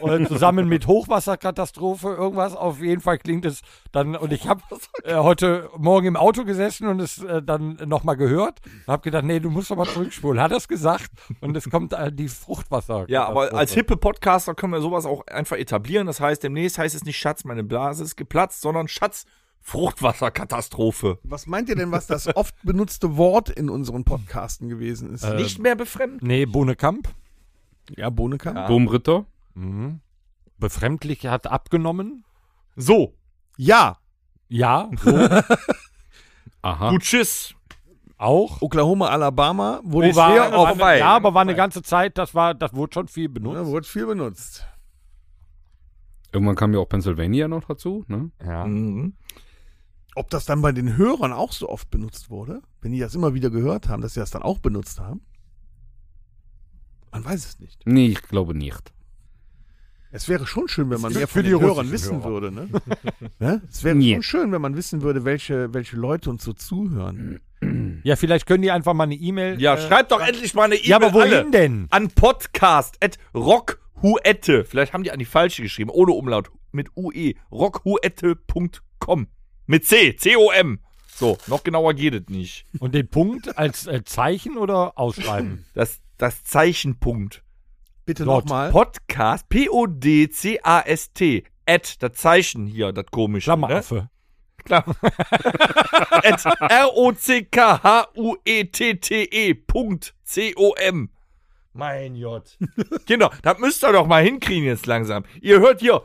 oder zusammen mit Hochwasserkatastrophe irgendwas. Auf jeden Fall klingt es dann und ich habe äh, heute Morgen im Auto gesessen und es äh, dann nochmal gehört und habe gedacht, nee, du musst doch mal zurückspulen. Hat er es gesagt? Und es kommt äh, die Fruchtwasserkatastrophe.
Ja, aber als hippe Podcaster können wir sowas auch einfach etablieren. Das heißt, demnächst heißt es nicht Schatz, meine Blase ist geplatzt, sondern Schatz, Fruchtwasserkatastrophe.
Was meint ihr denn, was das oft benutzte Wort in unseren Podcasten gewesen
Äh,
ist?
Nicht mehr befremden.
Nee, Bohnekamp.
ja, Bohnekamp. Ja.
Domritter.
Mhm. Befremdlich hat abgenommen.
So,
Ja, so
Aha.
gut, tschüss.
auch.
Oklahoma, Alabama wurde
Oh, war,
sehr
war,
oft.
vorbei.
ja,
Ne,
aber war eine ganze Zeit, das war, das wurde schon viel
Ja,
benutzt.
wurde viel benutzt.
Irgendwann kam ja auch Pennsylvania noch dazu, ne?
Ja.
Mhm.
Ob das dann bei den Hörern auch so oft benutzt wurde, wenn die das immer wieder gehört haben, dass sie das dann auch benutzt haben? Man weiß es nicht.
Nee, ich glaube nicht.
Es wäre schon schön, wenn man
ist
mehr
für
von
die
den Hörern
russischen
wissen
Hörer.
würde. Ne? ne? Es wäre
Nee.
schon schön, wenn man wissen würde, welche, welche Leute uns so zuhören.
ja, vielleicht können die einfach mal eine E-Mail.
Ja,
äh,
schreibt doch endlich mal eine E-Mail
ja, aber wohin
alle.
denn?
an podcast.rockhuette. Vielleicht haben die an die falsche geschrieben, ohne Umlaut, mit UE. rockhuette.com. Mit C, C-O-M. So, noch genauer geht es nicht.
Und den Punkt als äh, Zeichen oder ausschreiben?
Das, das Zeichenpunkt.
Bitte
Dort.
nochmal.
Podcast, P-O-D-C-A-S-T. At, das Zeichen hier, das komische.
Klammeraffe.
Klar. At E R-O-C-K-H-U-E-T-T-E. Punkt. C-O-M. Mein J. Kinder, Genau, das müsst ihr doch mal hinkriegen jetzt langsam. Ihr hört hier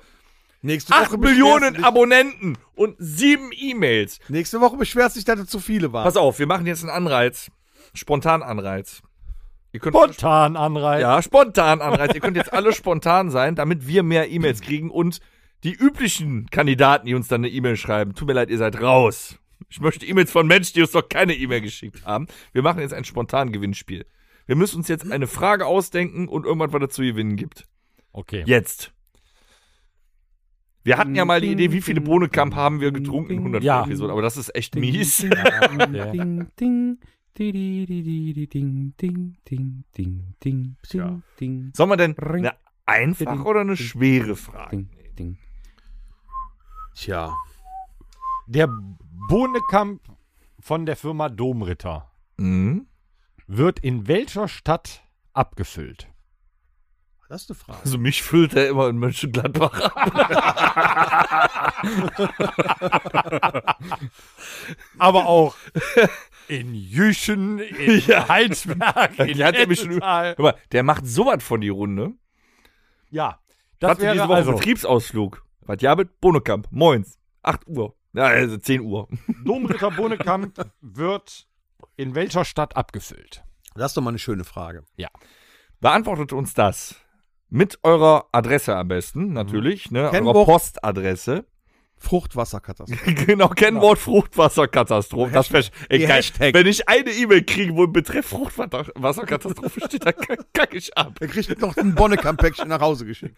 Nächste
8
beschwerst du
Millionen
dich-
Abonnenten und 7 E-Mails.
Nächste Woche beschwert sich, dass es zu viele waren.
Pass auf, wir machen jetzt einen Anreiz. Spontan Anreiz. Ihr könnt
Spontan anreißen.
ja, spontan Anreiz. Ihr könnt jetzt alle spontan sein, damit wir mehr E-Mails kriegen und die üblichen Kandidaten, die uns dann eine E-Mail schreiben. Tut mir leid, ihr seid raus. Ich möchte E-Mails von Menschen, die uns noch keine E-Mail geschickt haben. Wir machen jetzt ein spontan Gewinnspiel. Wir müssen uns jetzt eine Frage ausdenken und irgendwann was dazu gewinnen gibt.
Okay.
Jetzt. Wir hatten ja mal die Idee, wie viele Bohnenkamp haben wir getrunken in 100
Ja.
Episoden, aber das ist echt mies.
Ja.
Ding, ding, di, di, di, di, di, ding, ding, ding, ding, ding, ding, ding,
Sollen wir denn eine einfache oder eine schwere Frage?
ding, ding.
Tja.
Der Bohnekamp von der Firma Domritter
Mhm.
wird in welcher Stadt abgefüllt?
Das ist eine Frage.
Also mich füllt er immer in Mönchengladbach ab.
Aber auch in Jüchen, in Heinsberg, in
Die hat er mich schon
Nettetal.
Hör mal, der macht sowas von die Runde.
Ja,
Das
das
Hatte diese
wäre
Woche
also
Betriebsausflug. Was ja mit Bonekamp. Moins. 8 Uhr. Ja, also 10 Uhr.
Domritter Bohnekamp wird in welcher Stadt abgefüllt?
Das ist doch mal eine schöne Frage.
Beantwortet uns das. Mit eurer Adresse am besten, natürlich, ne? Eurer
Kennwort-
Postadresse.
Fruchtwasserkatastrophe.
genau, Kennwort Fruchtwasserkatastrophe. Das wär, ey,
die
geil.
Hashtag.
Wenn ich eine E-Mail kriege, wo im Betreff Fruchtwasserkatastrophe steht, dann kacke ich ab.
Er kriegt noch ein Bonnekamp-Päckchen nach Hause geschickt.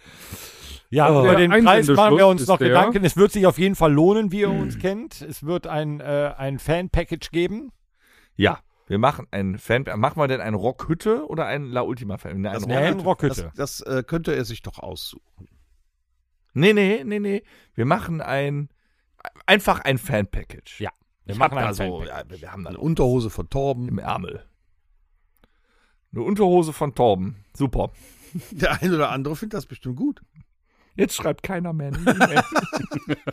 Ja,
Oh.
über
Der
den Preis machen
Einsendeschluss
wir uns
ist
noch
der-
Gedanken. Es wird sich auf jeden Fall lohnen, wie ihr uns kennt. Es wird ein, äh, ein Fan-Package geben.
Ja, wir machen einen Fan. Machen wir denn einen Rockhütte oder einen La Ultima Fan? Nein,
Das-
Rock-
Nein, Rockhütte.
Das, das äh, könnte er sich doch aussuchen.
Nee, nee, nee, nee. Wir machen ein einfach ein Fan Package.
Ja, wir
wir
machen
machen
ein
da so,
Fan-Package.
ja, wir wir haben da
Eine Unterhose von Torben.
im Ärmel. Eine Unterhose von Torben. Super.
Der ein oder andere findet das bestimmt gut.
Jetzt schreibt keiner mehr. eine E-Mail.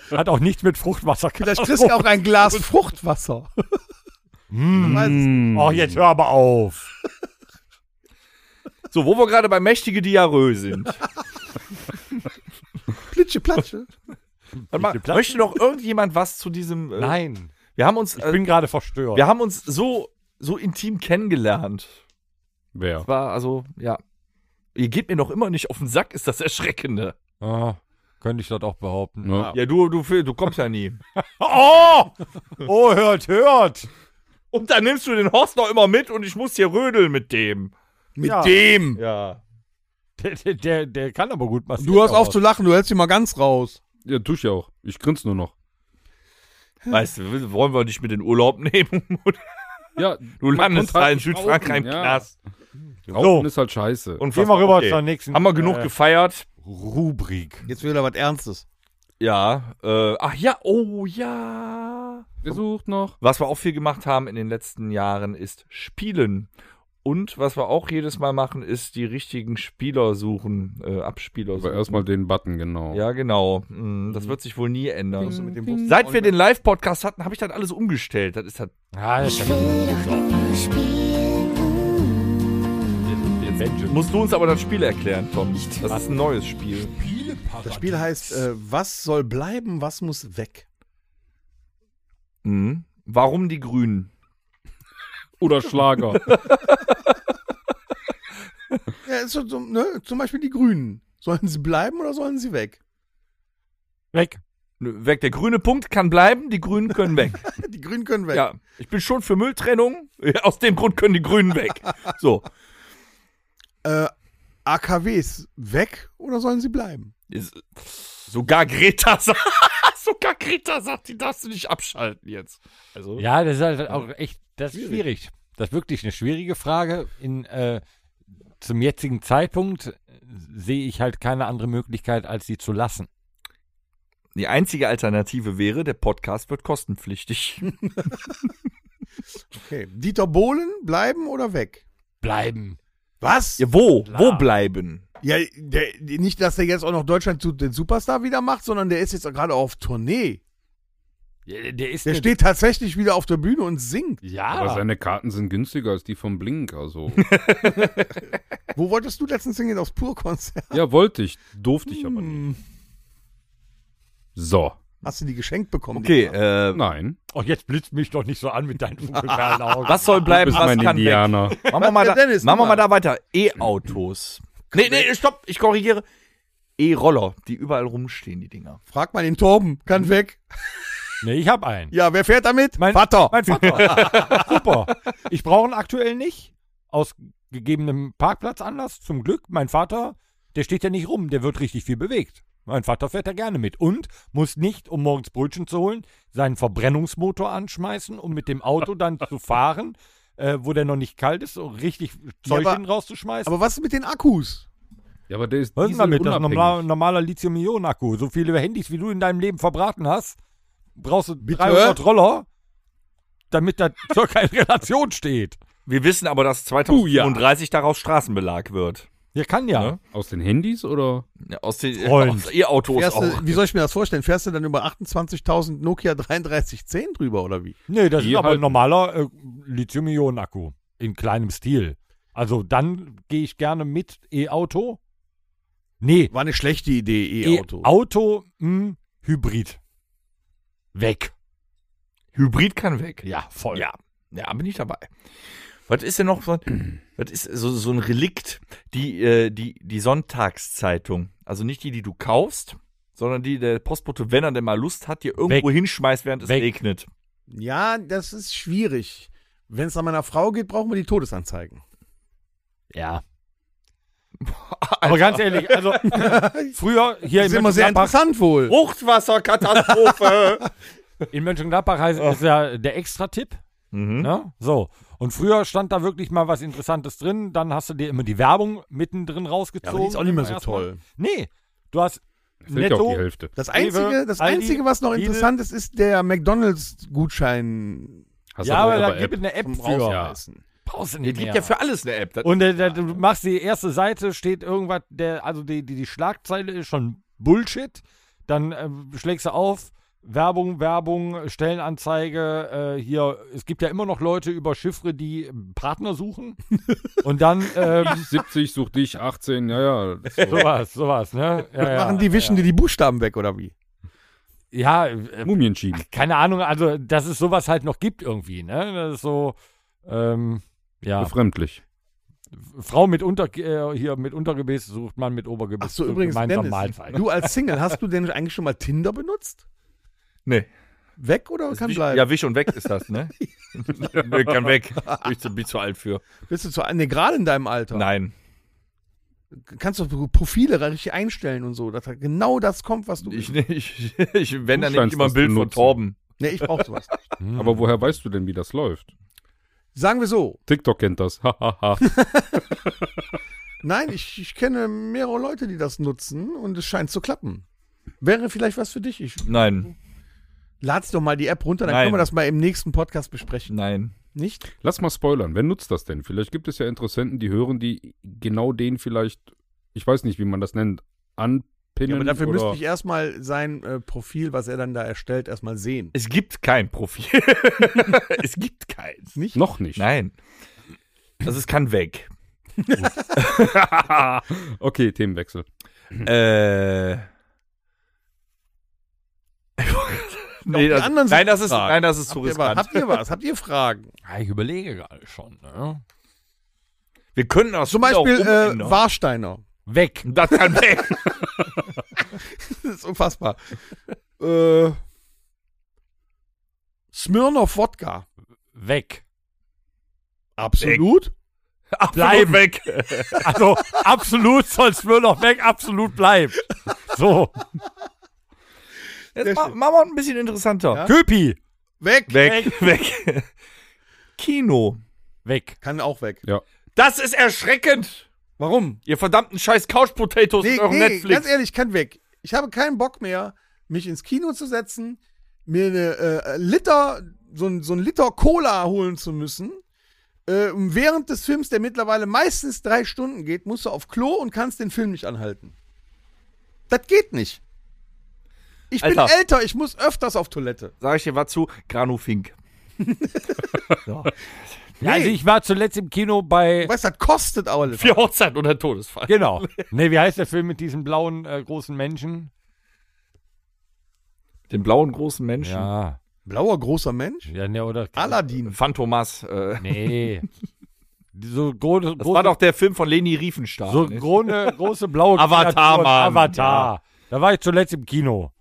Hat auch nichts mit Fruchtwasserkatastrophe.
Vielleicht kriegst du auch ein Glas Fruchtwasser. Man weiß es
Hm.
nicht.
Oh, jetzt hör aber auf.
so, wo wir gerade bei mächtige Diarrhoe sind.
Plitsche, platsche.
Warte mal,
Platte?
möchte noch irgendjemand was zu diesem äh,
Nein,
Wir haben uns
ich
äh,
bin gerade verstört.
wir haben uns so so intim kennengelernt.
Wer?
War also ja. Ihr geht mir noch immer nicht auf den Sack, ist das erschreckende.
Ah, könnte ich das auch behaupten.
Ja.
Ja, du du du kommst ja nie.
Oh! Oh, hört, hört!
Und dann nimmst du den Horst noch immer mit und ich muss hier rödeln mit dem.
Mit
Ja.
dem.
Ja.
Der, der- der, der kann aber gut massieren.
Du hörst auf
aber-
zu lachen, du hältst ihn mal ganz raus.
Ja, tu ich ja auch. Ich grinse nur noch.
Weißt du, wollen wir dich mit in Urlaub nehmen?
Ja, halt
Du landest da in
Südfrankreich
Südfrankreich im Knast.
Rauchen ist halt scheiße.
Gehen wir rüber
Okay.
zur nächsten
Haben wir genug
äh,
gefeiert?
Rubrik.
Jetzt will er was Ernstes.
Ja. Äh, ach ja, oh ja.
Er sucht noch.
Was wir auch viel gemacht haben in den letzten Jahren ist Spielen. Und was wir auch jedes Mal machen, ist die richtigen Spieler suchen, äh, Abspieler
Aber
suchen.
erstmal den Button, genau.
ja, genau. Mm, Das wird sich wohl nie ändern.
Mhm. Mit dem Bus.
Seit wir den Live-Podcast hatten, habe ich das alles umgestellt. Das ist halt- das
Ja, Ah, das
Ich
ist
will doch nicht mehr spielen.
Musst du uns aber das Spiel erklären, Tom. Das ist ein neues Spiel.
Das Spiel heißt, äh, was soll bleiben, was muss weg?
Mhm. Warum die Grünen?
Oder Schlager.
Ja, ist so, so, ne? Zum Beispiel die Grünen. Sollen sie bleiben oder sollen sie weg?
Weg.
Nö, Weg. Der grüne Punkt kann bleiben, die Grünen können weg.
Die Grünen können weg.
ja, ich bin schon für Mülltrennung. Aus dem Grund können die Grünen weg. So.
Äh, AKWs weg oder sollen sie bleiben?
Ist- Sogar Greta sagt, sogar Greta sagt, die darfst du nicht abschalten jetzt. Also,
Ja, das ist halt auch echt, das ist schwierig. Das ist wirklich eine schwierige Frage. In, äh, zum jetzigen Zeitpunkt äh, sehe ich halt keine andere Möglichkeit, als sie zu lassen.
die einzige Alternative wäre, der Podcast wird kostenpflichtig.
Okay. Dieter Bohlen bleiben oder weg?
Bleiben.
Was?
Ja, wo?
Klar.
Wo bleiben?
Ja, der, nicht, dass der jetzt auch noch Deutschland zu den Superstar wieder macht, sondern der ist jetzt auch gerade auf Tournee.
Ja, der ist
Der
eine-
steht tatsächlich wieder auf der Bühne und singt.
Aber
Ja,
seine Karten sind günstiger als die von Blink, also.
Wo wolltest du letztens hingehen? Aufs Pur-Konzert?
ja, wollte ich, durfte ich aber nicht. So.
Hast du die geschenkt bekommen?
Okay,
die Karten?
äh,
Nein.
oh, jetzt blitzt mich doch nicht so an mit deinen funkelperlen Augen.
was soll
Ah, Du
bleiben,
bist
was
mein
kann weg?
Indianer.
Machen wir mal,
Ja,
da,
Dennis,
machen wir
mach
mal
mal.
da weiter. E-Autos. Nee, nee, stopp, ich korrigiere. E-Roller, die überall rumstehen, die Dinger.
Frag mal den Torben. Kann weg.
Nee, ich habe einen.
Ja, wer fährt damit?
Mein-
Vater.
Mein Vater. Super. Ich brauche ihn aktuell nicht. Aus gegebenem Parkplatzanlass, zum Glück. Mein Vater, der steht ja nicht rum, der wird richtig viel bewegt. Mein Vater fährt da gerne mit und muss nicht, um morgens Brötchen zu holen, seinen Verbrennungsmotor anschmeißen, um mit dem Auto dann zu fahren, äh, wo der noch nicht kalt ist, um richtig Zeug
aber-
hinten rauszuschmeißen.
Aber was ist mit den Akkus?
Ja, aber der ist
Was ist denn damit? Das ist ein
dieselunabhängig.
normal, normaler Lithium-Ionen-Akku. So viele Handys, wie du in deinem Leben verbraten hast, brauchst du
Bitte?
300 Roller, damit das circa in Relation steht.
Wir wissen aber, dass 2035 daraus Straßenbelag wird.
Ja, kann ja.
Ne?
Aus den Handys oder?
Ja, Aus den
Freund.
aus E-Autos
Fährst
Oh, auch.
du, wie soll ich mir das vorstellen? Fährst du dann über 28.000 Nokia 3310 drüber oder wie?
Nee, das
Die
ist aber
halten.
ein normaler äh, Lithium-Ionen-Akku. In kleinem Stil. Also dann gehe ich gerne mit E-Auto. Nee,
War eine schlechte Idee, E-Auto.
E-Auto, hm, Hybrid. Weg.
Hybrid kann weg.
Ja, voll.
Ja, ja, bin ich dabei. Was ist denn noch so, was ist so, so ein Relikt? Die, äh, die, die Sonntagszeitung. Also nicht die, die du kaufst, sondern die der Postbote, wenn er denn mal Lust hat, dir irgendwo
Weg.
hinschmeißt, während es
Weg.
regnet.
ja, das ist schwierig. Wenn es an meiner Frau geht, brauchen wir die Todesanzeigen.
Ja. Aber ganz ehrlich, also früher hier in
Das ist immer sehr
Mönchengladbach,
interessant wohl.
Fruchtwasserkatastrophe!
in Mönchengladbach heißt ist ja der Extra-Tipp.
Oh. mhm.
Ne? So. Und früher stand da wirklich mal was Interessantes drin. Dann hast du dir immer die Werbung mittendrin
Ja,
rausgezogen.
aber die ist auch nicht mehr so
Erstmal.
toll.
Nee. Du hast
Fällt ja auch die
netto
Hälfte.
Das Einzige, das
Aldi,
Einzige was noch
Lidl.
interessant ist, ist der McDonalds-Gutschein
Hast
ja,
aber
aber
auch
da
bei
gibt es eine App
zum
für.
Rausreißen.
Brauchst du
Es
nicht
gibt
mehr.
ja für alles eine App. Das-
Und äh, da, du machst die erste Seite, steht irgendwas, der, also die, die, die Schlagzeile ist schon Bullshit. Dann äh, schlägst du auf, Werbung, Werbung, Stellenanzeige, äh, hier, es gibt ja immer noch Leute über Chiffre, die ähm, Partner suchen. Und dann ähm,
70, such dich, 18, ja, ja.
sowas, sowas, ne? Ja, ja.
Machen die, wischen die die Buchstaben weg oder wie?
ja, äh,
Mumienschieben.
keine Ahnung, also dass es sowas halt noch gibt irgendwie, ne? Das ist so, ähm, ja,
Befremdlich.
Frau mit Unter äh, hier mit Untergebiss sucht Mann mit Obergebiss.
Ach so,
zur
übrigens,
gemeinsamen
Dennis,
Mahlzeit.
du als Single, hast du denn eigentlich schon mal Tinder benutzt?
Nee.
Weg oder
Das
kann
Wisch-
bleiben?
Ja, Wisch und weg ist das, ne? Nö, kann weg. Bin ich zu, bin ich zu alt für.
Bist du zu, nee, gerade in deinem Alter.
Nein.
Kannst du Profile richtig einstellen und so, dass da genau das kommt, was du
Ich, ich, ich, wenn, dann
Du
nehme ich
scheinst
immer ein
das
Bild
zu
von
nutzen.
Torben.
Nee, ich brauche sowas. nicht.
Aber woher weißt du denn, wie das läuft?
Sagen wir so.
TikTok kennt das. Hahaha.
Nein, ich, ich kenne mehrere Leute, die das nutzen und es scheint zu klappen. Wäre vielleicht was für dich. Ich
Nein,
lad's doch mal die App runter, dann
Nein.
können wir das mal im nächsten Podcast besprechen.
nein.
Nicht?
Lass mal spoilern. Wer nutzt das denn? Vielleicht gibt es ja Interessenten, die hören, die genau den vielleicht, ich weiß nicht, wie man das nennt, anpinnen.
Ja, aber dafür
oder
müsste ich erstmal sein äh, Profil, was er dann da erstellt, erstmal sehen.
Es gibt kein Profil. es gibt keins.
Nicht?
Noch nicht.
Nein. Also es kann weg.
Okay, Themenwechsel.
äh. nee, das,
anderen sind
nein, das ist,
gefragt.
nein, das ist zu
Habt ihr, was,
riskant.
habt ihr was? Habt ihr Fragen?
Ja, Ah, ich überlege gerade schon. Ne?
Wir können das
Zum
Spiel auch
Beispiel äh,
umändern.
Warsteiner.
Weg.
das kann weg.
Das ist unfassbar. äh, Smirnoff Wodka.
Weg.
Absolut.
Bleiben. weg. Also absolut soll Smirnoff weg, absolut bleiben. So,
Jetzt ma machen wir ein bisschen interessanter.
Köpi.
Weg.
Weg, weg. Kino.
Weg.
Kann auch weg.
Das ist erschreckend.
Warum?
Ihr verdammten scheiß Couch Potatoes
Nee,
in eurem
nee ganz
Netflix.
ehrlich, kann weg. Ich habe keinen Bock mehr, mich ins Kino zu setzen, mir eine äh, Liter, so ein, so ein Liter Cola holen zu müssen. Äh, und während des Films, der mittlerweile meistens drei Stunden geht, musst du auf Klo und kannst den Film nicht anhalten. Das geht nicht. Ich bin
Alter.
älter, ich muss öfters auf Toilette.
Sag ich dir was zu? Granu Fink.
Ja, also ich war zuletzt im Kino bei.
Weißt du, das kostet alles.
Vier Hochzeiten und ein Todesfall.
Genau. Nee, wie heißt der Film mit diesem blauen äh, großen Menschen?
Den blauen großen Menschen.
Ja.
Blauer großer Mensch?
Ja, ne, oder.
Aladdin.
Phantomas. Äh,
Nee. So große.
das war doch der Film von Leni Riefenstahl.
So
ne?
große, große blaue
Avatar,
Kreaturen.
Mann.
Avatar. Da war ich zuletzt im Kino.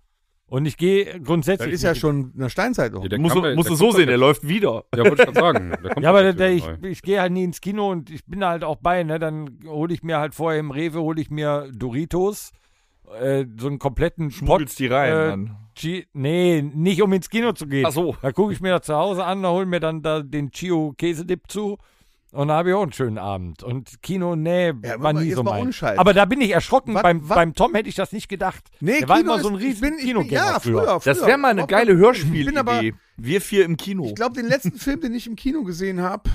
Und ich gehe
Das
grundsätzlich.
ist ja
mit-
schon in der Steinzeit auch.
Ja, der
Muss,
kann man-
musst
der
du so
kommt
sehen,
doch
der läuft wieder.
jetzt- Ja, wollte ich gerade sagen. Da kommt
Ja, aber
doch
da,
jetzt
ich,
wieder bei.
ich gehe halt nie ins Kino und ich bin da halt auch bei, ne? Dann hole ich mir halt vorher im Rewe, hole ich mir Doritos, äh, so einen kompletten
Schmuggelst die rein.
äh,
dann.
Chi nee, nicht um ins Kino zu gehen.
Ach so.
Da gucke ich mir das zu Hause an, da hole mir dann da den Chio Käsedip zu und da habe ich auch einen schönen Abend. Und Kino, nee,
aber
war nie
jetzt
so
mal
mein.
ohne Scheiß.
Aber da bin ich erschrocken.
Was-
beim,
was-
beim Tom hätte ich das nicht gedacht. Der war immer so ein
ist-
riesen
ich bin- ich bin-
Kinogänger
Ja, früher. früher
Das wäre mal eine
Überhaupt
geile
kein- Ich bin aber,
Hörspielidee. Wir vier im Kino.
ich glaube, den letzten Film, den ich im Kino gesehen habe,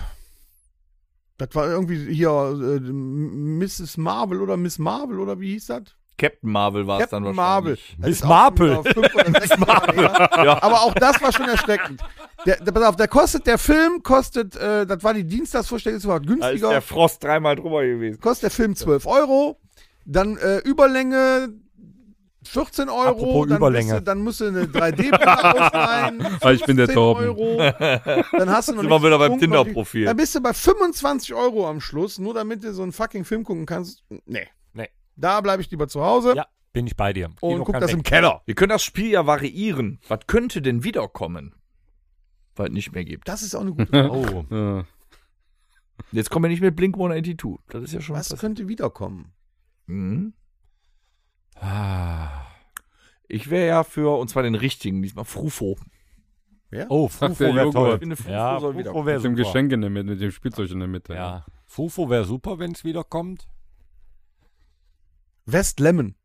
das war irgendwie hier äh, Mrs. Marvel oder Miss Marvel oder wie hieß das?
Captain Marvel war es dann
Marvel.
wahrscheinlich.
Das
Miss
ist auch schon
Marple.
wieder fünf oder sechs Jahre her. Aber auch das war schon erschreckend. Der, der, pass auf, der kostet, der Film kostet, äh, das war die Dienstagsvorstellung, das war
Da ist
günstiger.
der Frost dreimal drüber gewesen.
kostet der Film 12 Euro. Dann äh, Überlänge 14 Euro.
Apropos
dann
Überlänge.
Musst du, dann musst du eine 3D-Brille ausleihen.
Ah, ich bin der
15
Torben.
Euro. Dann hast du noch
Sind wir
nichts
wieder beim
getrunken, noch nicht-
Tinder-Profil.
Dann bist du bei 25 Euro am Schluss, nur damit du so einen fucking Film gucken kannst. Nee.
Nee.
Da bleibe ich lieber zu Hause
Ja, bin ich bei dir.
und
Kino
guck
kann
das
weg.
im Keller.
Wir können das Spiel ja variieren. Was könnte denn wiederkommen? Weil es nicht mehr gibt.
Das ist auch eine gute Frage.
Oh.
Ja.
Jetzt kommen wir nicht mit Blink 182. Das ist ja schon
Was
passiert.
könnte wiederkommen?
Mhm. Ah. Ich wäre ja für, und zwar den richtigen, diesmal Frufo.
Oh,
Sagt
Fufo
der
wäre
Joghurt.
toll.
Ich
finde, Fufo
ja,
soll wieder-
Fufo wäre
Mit dem
super.
Geschenk in der Mitte, mit dem Spielzeug in der Mitte.
Ja. Fufo wäre super, wenn es wiederkommt.
West Lemon.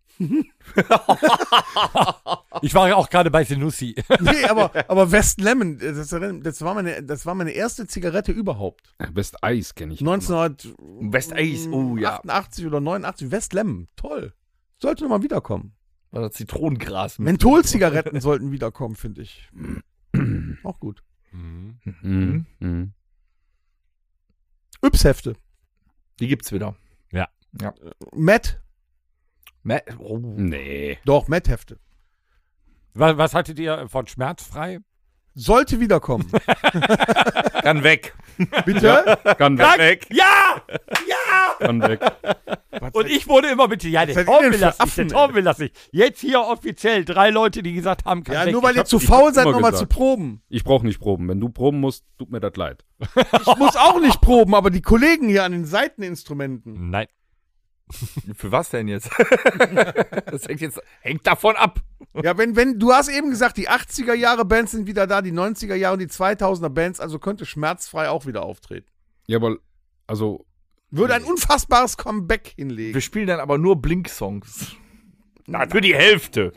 Ich war ja auch gerade bei Senussi.
Nee, aber, aber West Lemon, das, das, war meine, das war meine erste Zigarette überhaupt.
Best Eis kenne ich.
1988
West Ice, oh ja.
oder 89, West Lemon, toll. Sollte nochmal wiederkommen.
War das Zitronengras mit.
Mentholzigaretten sollten wiederkommen, finde ich. Auch gut.
Mhm. Mhm.
Yps-Hefte.
Die gibt's wieder.
Matt,
Me oh.
Nee.
doch, Matt-Hefte.
Was, was hattet ihr von schmerzfrei?
Sollte wiederkommen.
Kann weg.
Bitte?
Kann weg,
weg.
Ja!
kann weg.
Und ich wurde immer bitte, ja, der
seid
Tom
ihr denn
will das
für
nicht, der
Affen,
Tom will das nicht. Jetzt hier offiziell drei Leute, die gesagt haben, kann
Ja,
weg.
nur weil
Ich
ihr
hab-
zu
ich hab
faul seid,
immer
nochmal zu
gesagt.
proben.
Ich brauche nicht proben. Wenn du proben musst, tut mir das leid.
Ich muss auch nicht proben, aber die Kollegen hier an den Seiteninstrumenten.
Nein.
Für was denn jetzt? das hängt jetzt hängt davon ab.
Ja, wenn, wenn, du hast eben gesagt, die 80er Jahre Bands sind wieder da, die 90er Jahre und die 2000er Bands, also könnte schmerzfrei auch wieder auftreten.
Ja, aber, also,
Würde ein unfassbares Comeback hinlegen.
Wir spielen dann aber nur Blink-Songs. Na, für die Hälfte.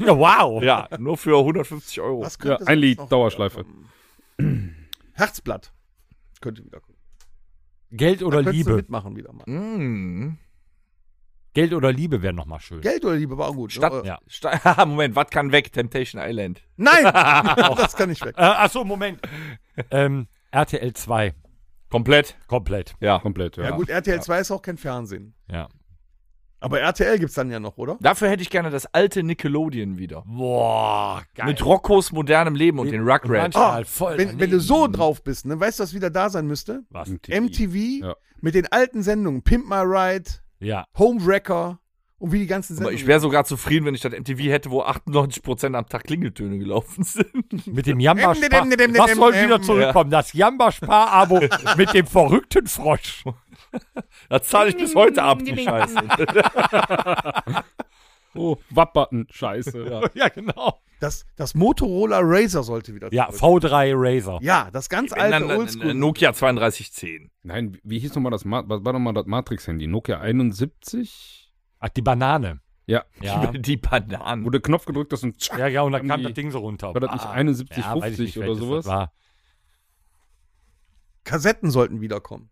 Ja, wow.
Ja, nur für 150 Euro.
Was
Oh, ja,
könnte
ein
sonst
Lied,
noch
Dauerschleife.
Herzblatt. Könnte Hm? wieder kommen.
Geld oder
Könntest du
Liebe.
mitmachen wieder mal.
Mm.
Geld oder Liebe wäre nochmal schön.
Geld oder Liebe war auch gut.
Stadt,
ne?
Ja.
Sta- Moment, was kann weg? Temptation Island.
Nein! das kann nicht weg.
Äh, achso, Moment. ähm, RTL 2.
Komplett.
Komplett.
Ja.
Komplett, ja.
Ja, gut, RTL 2 ist auch kein Fernsehen.
Ja.
Aber RTL gibt's dann ja noch, oder?
Dafür hätte ich gerne das alte Nickelodeon wieder.
Boah, geil.
Mit Roccos modernem Leben und den Rugrats.
Manchmal voll.
Ah, Wenn, wenn du so drauf bist, ne, weißt du, was wieder da sein müsste?
Was?
MTV.
MTV
Ja.
mit den alten Sendungen. Pimp My Ride,
Ja.
Home Wrecker Und wie die ganzen
Aber
Sendungen.
ich wäre sogar zufrieden, wenn ich das MTV hätte, wo 98% am Tag Klingeltöne gelaufen sind.
Mit dem jamba
Ähm, ähm, ähm,
Das soll
ähm,
wieder zurückkommen. Das Jamba-Spar-Abo mit dem verrückten Frosch.
Da zahle ich bis heute Abend die Scheiße.
Oh, Wappbutton, scheiße. Ja.
Ja, genau.
das, das Motorola Razer sollte wieder
Ja,
zurück.
V3 Razer.
Ja, das ganz alte
Dann, äh,
Oldschool.
Nokia 3210.
Nein, wie- wie hieß nochmal das, Ma was war nochmal das Matrix-Handy? Nokia 71?
Ach, die Banane.
Ja.
Ja,
Die Bananen.
Wo der Knopf gedrückt ist und
ja, ja und dann
Haben
kam
die-
das Ding so runter.
war das nicht
Ah.
71,
Ja, weiß ich
50
nicht,
oder
welches das
sowas?
war.
Kassetten sollten wiederkommen.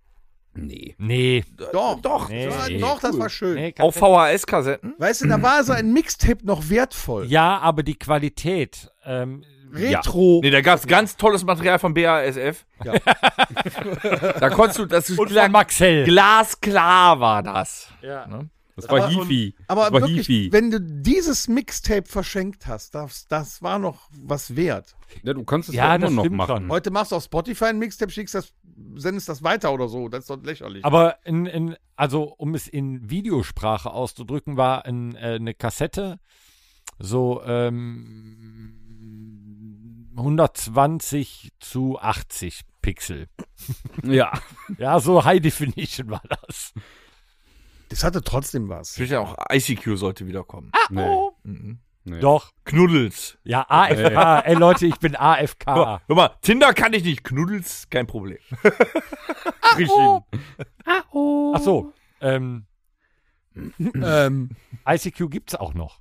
Nee.
Nee.
Doch, Äh, doch,
Nee,
ja,
nee,
doch, das war schön.
nee
Auf VHS-Kassetten?
Weißt du, da war so ein Mixtape noch wertvoll.
Ja, aber die Qualität. Ähm,
Retro.
Nee, da gab es ganz tolles Material vom BASF.
Ja.
da konntest du, das
und von Maxell.
glasklar war das.
Das war
Aber-
Hifi.
Aber
das war
wirklich,
Hifi.
wenn du dieses Mixtape verschenkt hast, das, das war noch was wert.
Ja, du kannst es
Ja,
ja, immer
das
noch
stimmt
Hm.
machen.
Heute machst du auf Spotify ein Mixtape, schickst das, sendest das weiter oder so. Das ist doch lächerlich.
Aber in, in, also um es in Videosprache auszudrücken, war ein, äh, eine Kassette so ähm, 120 zu 80 Pixel.
Ja.
Ja, so High Definition war das.
das hatte trotzdem was.
Ich ja auch ICQ sollte wiederkommen.
Nee. Nee.
Doch.
Knuddels.
Ja, AFK. Ey Leute, ich bin
Hör mal,
AFK.
hör mal, Tinder kann ich nicht. Knuddels, kein Problem. Ah, oh.
Richtig.
Ach so. Ähm,
ähm,
ICQ gibt's auch noch.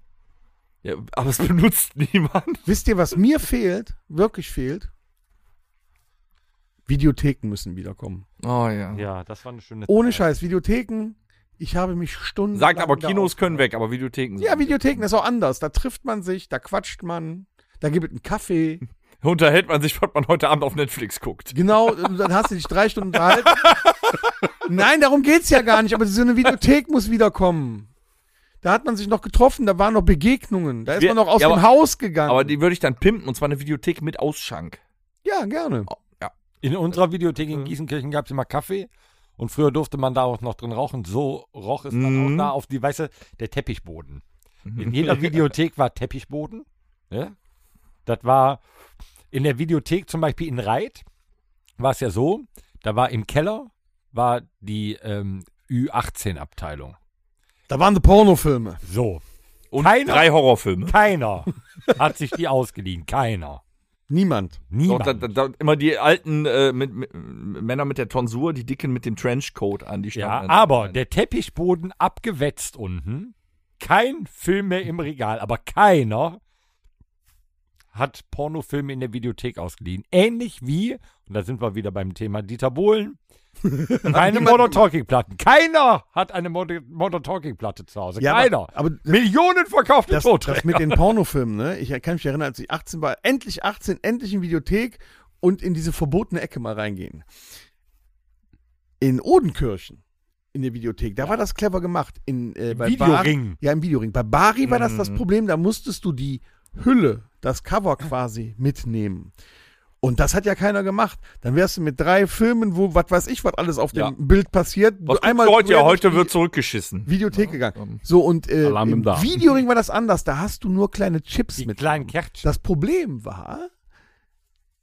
Ja, aber es benutzt niemand.
wisst ihr, was mir fehlt? Wirklich fehlt? Videotheken müssen wiederkommen.
Oh ja.
Ja, das war eine schöne
Ohne Scheiß, Videotheken. Ich habe mich Stunden.
Sagt aber, Kinos können weg, aber Videotheken
Ja, Videotheken ist auch anders. Da trifft man sich, da quatscht man, da gibt es einen Kaffee.
Unterhält man sich, was man heute Abend auf Netflix guckt.
Genau, und dann hast du dich drei Stunden unterhalten. Nein, darum geht's ja gar nicht, aber so eine Videothek muss wiederkommen. Da hat man sich noch getroffen, da waren noch Begegnungen, da ist
Wir-
man noch aus
ja,
dem
aber-
Haus gegangen.
Aber die würde ich dann pimpen, und zwar eine Videothek mit Ausschank.
ja, gerne.
In unserer Videothek
Mhm.
in Gießenkirchen gab es immer Kaffee und früher durfte man da auch noch drin rauchen. So roch es dann
Mhm.
auch da auf die, weißt du, der Teppichboden. In jeder Videothek war Teppichboden. Ne? Das war in der Videothek zum Beispiel in Reit war es ja so, da war im Keller war die ähm, Ü18-Abteilung.
Da waren die Pornofilme.
So,
Und
Keiner-
drei Horrorfilme.
keiner hat sich die ausgeliehen. Keiner.
Niemand.
Doch, da,
Niemand.
da, da, immer die alten äh, mit, mit, Männer mit der Tonsur, die Dicken mit dem Trenchcoat an, die
Ja,
standen-
aber der Teppichboden abgewetzt unten. Kein Film mehr im Regal, aber keiner hat Pornofilme in der Videothek ausgeliehen. Ähnlich wie, und da sind wir wieder beim Thema Dieter Bohlen, keine Modern Talking Platten. Keiner hat eine Mod- Modern Talking Platte zu Hause.
Ja,
keiner.
aber, aber
Millionen verkaufte
das,
Tote.
das mit den Pornofilmen, ne? Ich kann mich erinnern, als ich 18 war, endlich 18, endlich in Videothek und in diese verbotene Ecke mal reingehen. In Odenkirchen, in der Videothek, da war das clever gemacht. In, äh, bei
Videoring.
Bar, ja, im Videoring. Bei Bari war das das
Mhm.
Problem, da musstest du die Hülle, das Cover quasi mitnehmen. Und das hat ja keiner gemacht. Dann wärst du mit drei Filmen, wo, was weiß ich, was alles auf
Ja.
dem Bild passiert.
Was gibt's
einmal
heute?
quer
Ja,
durch
heute ähm,
die-
wird zurückgeschissen.
Videothek gegangen. So, und äh,
Alarm im
im
Darm.
Videoring war das anders. Da hast du nur kleine Chips
Die
mit.
kleinen Kärtchen.
Das Problem war,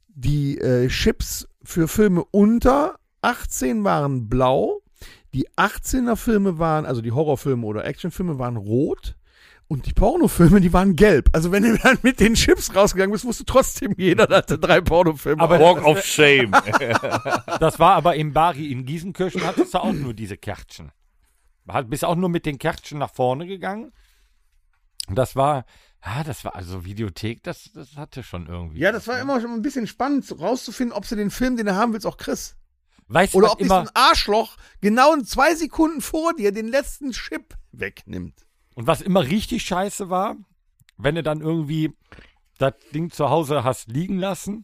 die äh, Chips für Filme unter 18 waren blau, die 18er Filme waren, also die Horrorfilme oder Actionfilme waren rot und die Pornofilme, die waren gelb. Also wenn du dann mit den Chips rausgegangen bist, wusste trotzdem jeder, dass da drei Pornofilme
Aber-
waren.
Walk of Shame.
Das war aber im Bari in Gießenkirchen, hattest du auch nur diese Kärtchen. Hat, bist auch nur mit den Kärtchen nach vorne gegangen. Und das war, ja, das war, also Videothek, das, das hatte schon irgendwie.
Ja, das war immer schon ein bisschen spannend, so rauszufinden, ob du den Film, den du haben willst, auch kriegst.
Weißt du,
Oder
was
ob nicht so
immer,
ein Arschloch genau in zwei Sekunden vor dir den letzten Chip wegnimmt.
und was immer richtig scheiße war, wenn du dann irgendwie das Ding zu Hause hast liegen lassen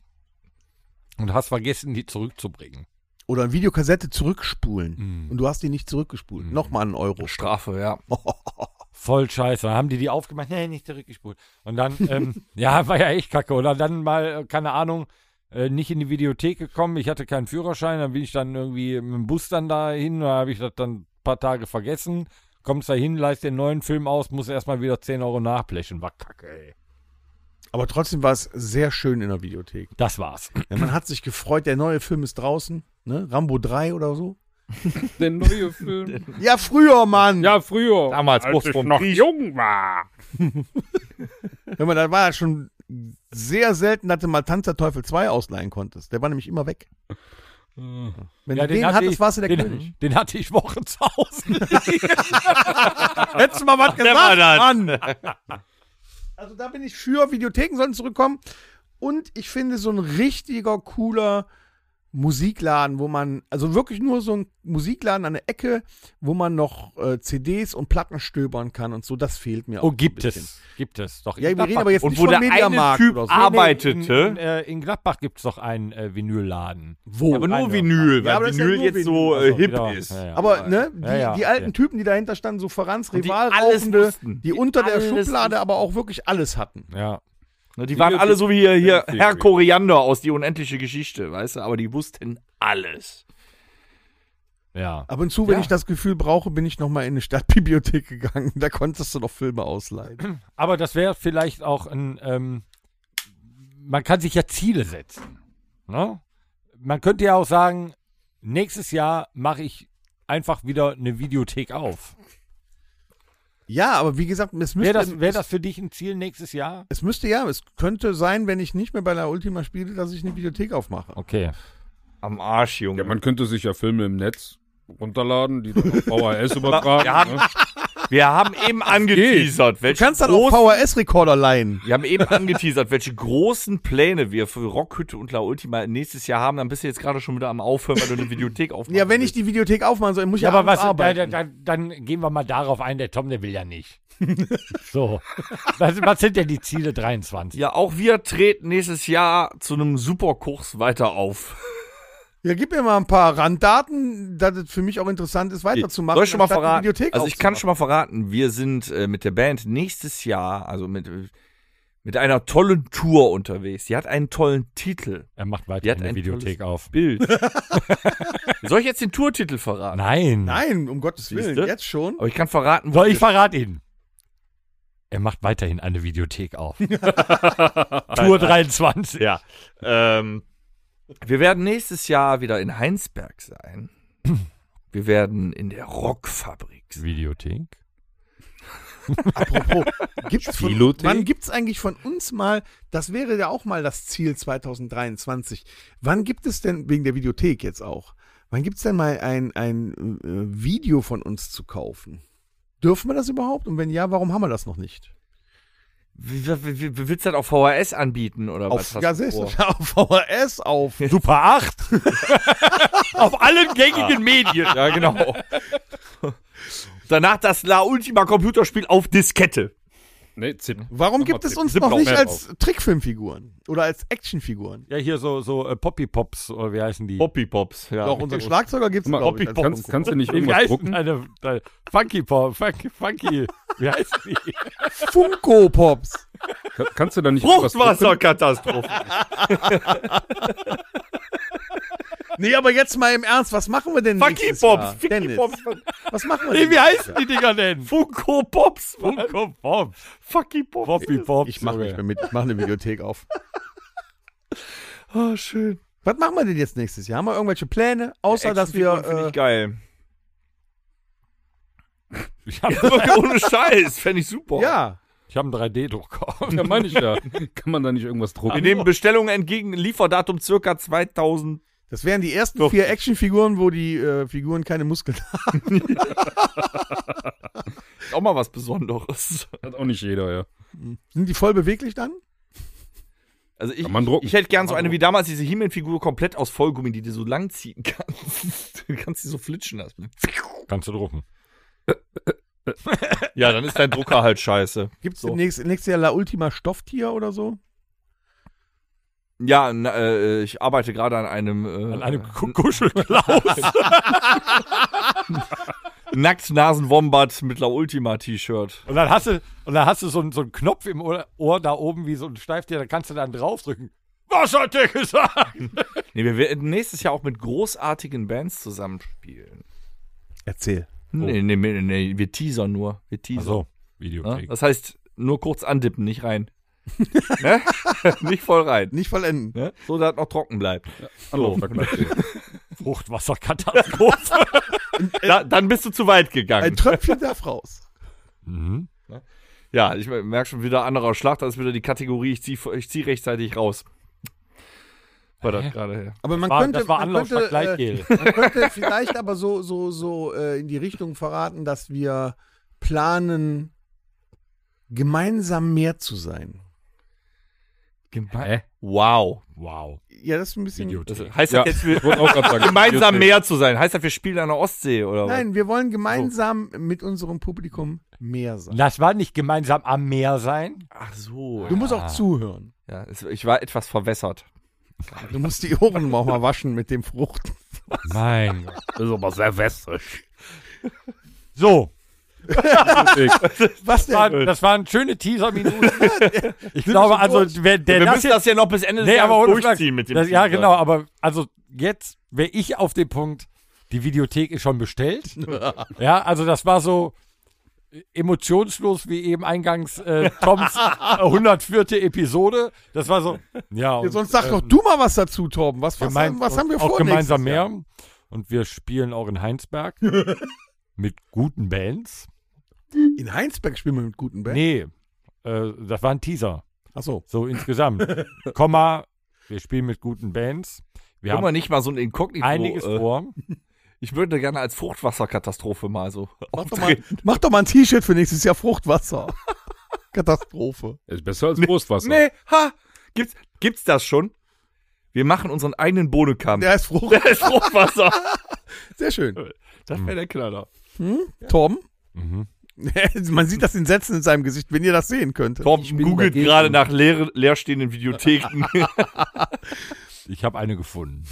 und hast vergessen, die zurückzubringen.
Oder eine Videokassette zurückspulen. Und du hast die nicht zurückgespult. Nochmal einen Euro.
Strafe, ja.
Voll scheiße. Dann haben die die aufgemacht, nee, nicht zurückgespult. Und dann, ähm, ja, war ja echt kacke. Oder dann mal, äh, keine Ahnung, äh, nicht in die Videothek gekommen. Ich hatte keinen Führerschein. Dann bin ich dann irgendwie mit dem Bus dann dahin. Da habe ich das dann ein paar Tage vergessen. kommst da hin, leist den neuen Film aus, musst erstmal wieder 10 Euro nachblechen. War kacke, ey.
Aber trotzdem war es sehr schön in der Videothek.
Das war's.
Ja, man hat sich gefreut, der neue Film ist draußen. Ne? Rambo 3 oder so.
Der neue Film.
Ja, früher, Mann.
Ja, früher.
Damals kurz
als ich
vorm
noch
Krieg.
jung war.
Wenn man, da war ja schon sehr selten, dass du mal Tanz der Teufel 2 ausleihen konntest. Der war nämlich immer weg. Wenn du den, hattest, warst du der
den,
König.
Den hatte ich Wochen zu Hause.
Hättest du mal was
war das.
Mann. Also da bin ich für, Videotheken sollen zurückkommen. Und ich finde, so ein richtiger, cooler Musikladen, wo man, also wirklich nur so ein Musikladen an der Ecke, wo man noch äh, CDs und Platten stöbern kann und so, das fehlt mir auch.
oh,
so ein
gibt
bisschen.
es. Gibt es. Doch, in
Ja, wir
Gladbach
reden aber jetzt
Und
nicht
wo
vom
der eine
Mediamarkt
Typ
oder so.
arbeitet.
In,
arbeitete.
in, äh, in Gladbach gibt es doch einen äh, Vinylladen.
Wo?
aber nur
Einer.
Vinyl,
Ja, aber das
weil
ist ja
Vinyl
nur
jetzt so
Vinyl.
äh, hip
Achso, ja,
ist.
ja, ja.
Aber ne, die,
Ja, ja.
die alten Typen, die dahinter standen, so Verrans,
Und die
Rival,
alles
Raufende,
wussten.
die unter der
alles
Schublade aber auch wirklich alles hatten.
Ja.
Ne, Die waren alle so wie hier, hier Herr Koriander aus Die unendliche Geschichte, weißt du? Aber die wussten alles.
Ja.
Ab und zu, wenn
Ja.
ich das Gefühl brauche, bin ich nochmal in eine Stadtbibliothek gegangen. Da konntest du noch Filme ausleihen.
Aber das wäre vielleicht auch ein. Ähm, man kann sich ja Ziele setzen. Ne? Man könnte ja auch sagen, nächstes Jahr mache ich einfach wieder eine Videothek auf.
Ja, aber wie gesagt, es müsste,
Wäre das, wär das für dich ein Ziel nächstes Jahr?
Es, es müsste ja, es könnte sein, wenn ich nicht mehr bei La Ultima spiele, dass ich eine Bibliothek aufmache.
Okay.
Am Arsch, Junge.
Ja, man könnte sich ja Filme im Netz runterladen, die dann auf VHS übertragen.
Wir haben-
ne?
Wir haben eben angeteasert,
Du
welche
kannst dann auch
großen,
VHS-Rekorder leihen.
wir haben eben angeteasert, welche großen Pläne wir für Rockhütte und La Ultima nächstes Jahr haben. Dann bist du jetzt gerade schon wieder am Aufhören, weil du eine Videothek aufmachst.
Ja, wenn ich die Videothek aufmachen soll, muss ich
Ja,
ja,
aber
abends
was, da,
arbeiten.
da, da, dann gehen wir mal darauf ein, der Tom, der will ja nicht. so. Was, was sind denn die Ziele 23?
Ja, auch wir treten nächstes Jahr zu einem Superkurs weiter auf.
Ja, gib mir mal ein paar Randdaten, dass es für mich auch interessant ist, weiterzumachen.
Soll ich schon mal
anstatt die
verraten?
Bibliothek
also ich kann schon mal verraten, wir sind äh, mit der Band nächstes Jahr, also mit, mit einer tollen Tour unterwegs. Die hat einen tollen Titel.
Er macht
Die
weiter
hat
eine
ein
Videothek auf.
Bild. Soll ich jetzt den Tourtitel verraten?
Nein.
Nein, um Gottes Willen,
Siehste?
jetzt schon.
Aber ich kann verraten, wo
Soll ich
wir-
verrate Ihnen? Er macht weiterhin eine Videothek auf. Tour 23.
Ja. Ähm, wir werden nächstes Jahr wieder in Heinsberg sein. Wir werden in der Rockfabrik sein.
Videothek?
Apropos, gibt's von,
Spielothek?
wann gibt's eigentlich von uns mal, das wäre ja auch mal das Ziel 2023, wann gibt es denn, wegen der Videothek jetzt auch, wann gibt's denn mal ein, ein äh, Video von uns zu kaufen? Dürfen wir das überhaupt? Und wenn ja, warum haben wir das noch nicht?
Wie, wie, wie, wie willst du das auf VHS anbieten oder
Auf,
was? hast
ja,
du
siehst du,
vor?
auf VHS, auf
Super 8. Auf allen gängigen Medien.
ja, genau. Danach das La Ultima Computerspiel auf Diskette.
Nee, Zip.
Warum
Nochmal
gibt es
Tipp.
uns
Zip
noch
drauf,
nicht
mehr
als Trickfilmfiguren oder als Actionfiguren?
Ja, hier so, so äh, Poppy Pops, oder wie heißen die?
Poppy Pops, ja.
Doch, unseren Schlagzeuger gibt's,
Mal,
glaube ich. als
kannst, kannst du nicht
Wie
irgendwas
heißen
drucken?
eine, äh, Funky Pop, Funky, Funky, wie heißen die?
Funko Pops.
Ka- Kannst du da nicht irgendwas drucken?
Fruchtwasserkatastrophe.
Nee, aber jetzt mal im Ernst, was machen wir denn
Funky
nächstes
Pops,
Jahr?
Funky
Dennis,
Pops.
was machen wir
Nee,
denn?
wie heißen die Dinger denn?
Funko Pops.
Funko Pops.
Funky Pops.
Poppy Pops.
Ich mache nicht mehr mit, ich mache eine Videothek auf.
Oh, schön.
Was machen wir denn jetzt nächstes Jahr? Haben wir irgendwelche Pläne? Außer, dass
Actionfiguren
wir.
finde
Äh,
ich geil.
Ich habe
Ohne Scheiß, fände ich super.
ja.
hab einen 3D-Drucker.
Ja, meine ich ja. Kann man da nicht irgendwas
Wir
drucken?
nehmen Bestellungen entgegen, Lieferdatum circa 2000.
Das wären die ersten
Doch.
vier Actionfiguren, wo die äh, Figuren keine Muskeln haben.
Ist Auch mal was Besonderes.
Hat auch nicht jeder, ja.
Sind die voll beweglich dann?
Also ich,
Kann man drucken.
ich hätte gern so eine wie damals diese He-Man-Figur komplett aus Vollgummi, die du so lang ziehen kannst. Du kannst sie so flitschen lassen.
Kannst du drucken.
Ja, dann ist dein Drucker halt scheiße.
Gibt's
So.
so. nächstes, nächstes Jahr La Ultima Stofftier oder so?
Ja, na, äh, ich arbeite gerade an einem, äh,
An einem Ku- Kuschelklaus.
Nackt-Nasen-Wombat mit La Ultima-T-Shirt.
Und dann hast du, und dann hast du so, einen- so einen Knopf im Ohr, Ohr da oben wie so ein Steiftier, da kannst du dann draufdrücken. Was hat der gesagt?
Nee, wir werden nächstes Jahr auch mit großartigen Bands zusammenspielen.
Erzähl.
Nee, nee, nee, nee, wir teasern nur. Wir teasern.
Also,
ne?
Videothek.
Das heißt, nur kurz andippen, nicht rein. ne? Nicht voll rein.
Nicht vollenden.
Ne? So, dass noch trocken bleibt.
Anlaufvergleich.
Fruchtwasserkatastrophe.
Da, dann bist du zu weit gegangen.
Ein Tröpfchen darf raus.
mhm.
Ja, ich merke schon wieder anderer Schlag, da ist wieder die Kategorie, ich ziehe ich zieh rechtzeitig raus. War das gerade her.
Aber man
War-
könnte,
das war
man könnte,
Anlaufvergleichgel.
äh, man könnte vielleicht aber so, so, so äh, in die Richtung verraten, dass wir planen, gemeinsam mehr zu sein.
Hä?
Wow.
Wow.
Ja, das ist ein bisschen.
Das
Videothek.
heißt
Ja,
das jetzt, wir
wollte auch gerade sagen.
gemeinsam mehr zu sein? Heißt das, wir spielen an der Ostsee oder
Nein, wir wollen gemeinsam mit unserem Publikum mehr sein.
Das war nicht gemeinsam am Meer sein.
was? Ach so.
Du musst auch zuhören.
Ja, es- ich war etwas verwässert.
Du musst die Ohren auch mal waschen mit dem Frucht.
Mein Gott.
Das ist aber sehr wässrig.
So,
Was
war,
denn?
das waren schöne Teaser-Minuten. Ich glaube, also, wer, der
wir
das
müssen das ja noch bis Ende des
Nee, aber
Jahres
ohne Frage.
durchziehen mit dem
das, Ja,
Teaser.
genau, aber also jetzt wäre ich auf dem Punkt, die Videothek ist schon bestellt. ja, also das war so emotionslos wie eben eingangs äh, Toms äh, 104. Episode. Das war so, ja, und, ähm,
Sonst sag doch du mal was dazu, Torben. Was, was,
gemein,
was haben wir
auch
vor?
gemeinsam
nächstes Jahr?
mehr. Und wir spielen auch in Heinsberg mit guten Bands.
In Heinsberg spielen wir mit guten Bands.
Nee, äh, das war ein Teaser.
Achso.
So insgesamt. Komma, wir spielen mit guten Bands. Wir
Können wir
haben
nicht mal so ein Inkognito.
einiges
äh,
vor.
Ich würde gerne als Fruchtwasserkatastrophe mal so
Mach doch, mal,
auftreten.
mach doch mal ein T-Shirt für nächstes Jahr Fruchtwasser. Katastrophe.
Ist besser als Brustwasser.
Nee, ha! Gibt's, gibt's das schon? Wir machen unseren eigenen Bohnenkamm.
Der ist Frucht.
Das Fruchtwasser.
Sehr schön.
Das wäre der Knaller.
Torben?
Mhm.
Man sieht das in Sätzen in seinem Gesicht, wenn ihr das sehen könntet.
Torben
bin
googelt
dagegen.
gerade nach leer, leerstehenden Videotheken.
Ich habe eine gefunden.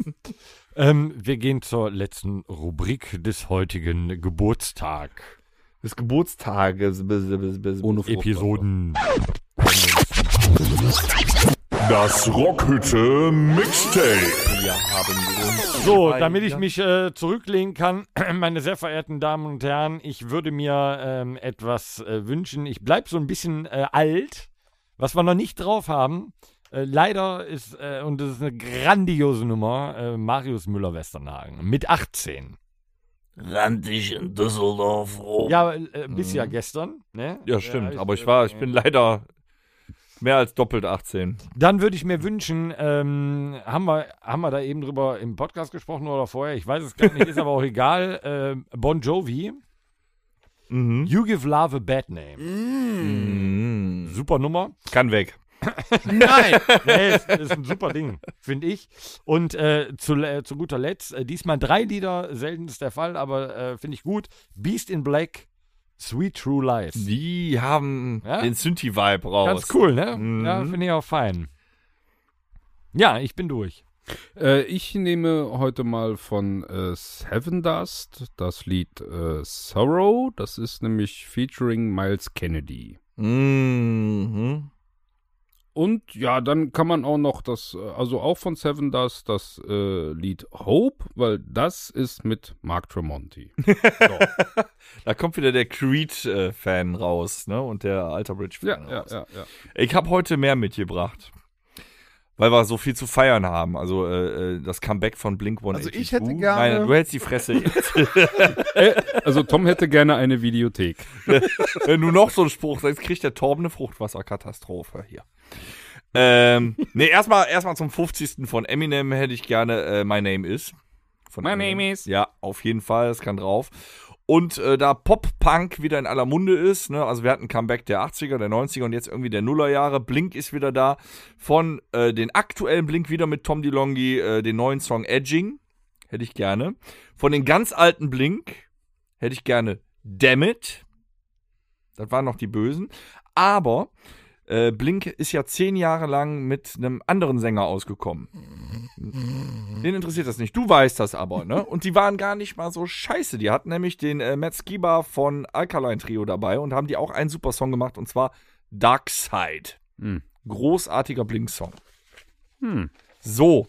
ähm, wir gehen zur letzten Rubrik des heutigen Geburtstag.
Des Geburtstages.
Ohne
Episoden.
Das Rockhütte Mixtape.
Wir haben uns
So, damit ich mich äh, zurücklehnen kann, meine sehr verehrten Damen und Herren, ich würde mir ähm, etwas äh, wünschen. Ich bleibe so ein bisschen äh, alt, was wir noch nicht drauf haben. Äh, leider ist, äh, und das ist eine grandiose Nummer, äh, Marius Müller-Westernhagen mit 18.
Randig in Düsseldorf rum.
Ja, äh, bis ja gestern. Ne?
Mhm. Ja, stimmt. aber ich war, ich bin leider mehr als doppelt 18.
Dann würde ich mir wünschen, ähm, haben, wir, haben wir da eben drüber im Podcast gesprochen oder vorher? Ich weiß es gar nicht, ist aber auch egal. Ähm, bon Jovi,
Mhm.
You Give Love a Bad Name.
Mhm.
Super Nummer.
Kann weg.
Nein! nee, ist, ist ein super Ding, finde ich. Und äh, zu, äh, zu guter Letzt, äh, diesmal drei Lieder, selten ist der Fall, aber äh, finde ich gut. Beast in Black, Sweet True Lies.
Die haben
Ja?
den Synthi-Vibe raus.
Ganz cool, ne?
Mhm.
Ja, finde ich auch fein. Ja, ich bin durch.
Äh, ich nehme heute mal von äh, Seven Dust das Lied äh, Sorrow. Das ist nämlich featuring Miles Kennedy.
Mhm.
Und ja, dann kann man auch noch das, äh, also auch von Seven Dust das äh, Lied Hope, weil das ist mit Mark Tremonti.
Da kommt wieder der Creed-Fan raus, ne? Und der Alter
Ja,
Bridge-Fan
ja,
raus.
ja, ja.
Ich habe heute mehr mitgebracht. Weil wir so viel zu feiern haben. Also äh, äh, das Comeback von Blink
Also
182.
ich hätte gerne-
Nein, du hältst die Fresse jetzt.
Äh, also Tom hätte gerne eine Videothek.
Wenn du noch so einen Spruch sagst, kriegt der Torben eine Fruchtwasserkatastrophe hier. Ähm, nee, erstmal erstmal zum 50. von Eminem hätte ich gerne äh, My Name Is. Von
My
Eminem.
Name Is.
Ja, auf jeden Fall, das kann drauf. Und äh, da Pop-Punk wieder in aller Munde ist, ne, also wir hatten Comeback der 80er, der 90er und jetzt irgendwie der Nullerjahre. Blink ist wieder da. Von äh, den aktuellen Blink wieder mit Tom DeLonghi, äh, den neuen Song Edging. Hätte ich gerne. Von den ganz alten Blink hätte ich gerne Damn It. Das waren noch die Bösen. Aber äh, Blink ist ja zehn Jahre lang mit einem anderen Sänger ausgekommen. Den interessiert das nicht. Du weißt das aber, ne? Und die waren gar nicht mal so scheiße. Die hatten nämlich den äh, Matt Skiba von Alkaline Trio dabei und haben die auch einen super Song gemacht und zwar Dark Side.
Hm.
Großartiger Blink-Song.
Hm.
So,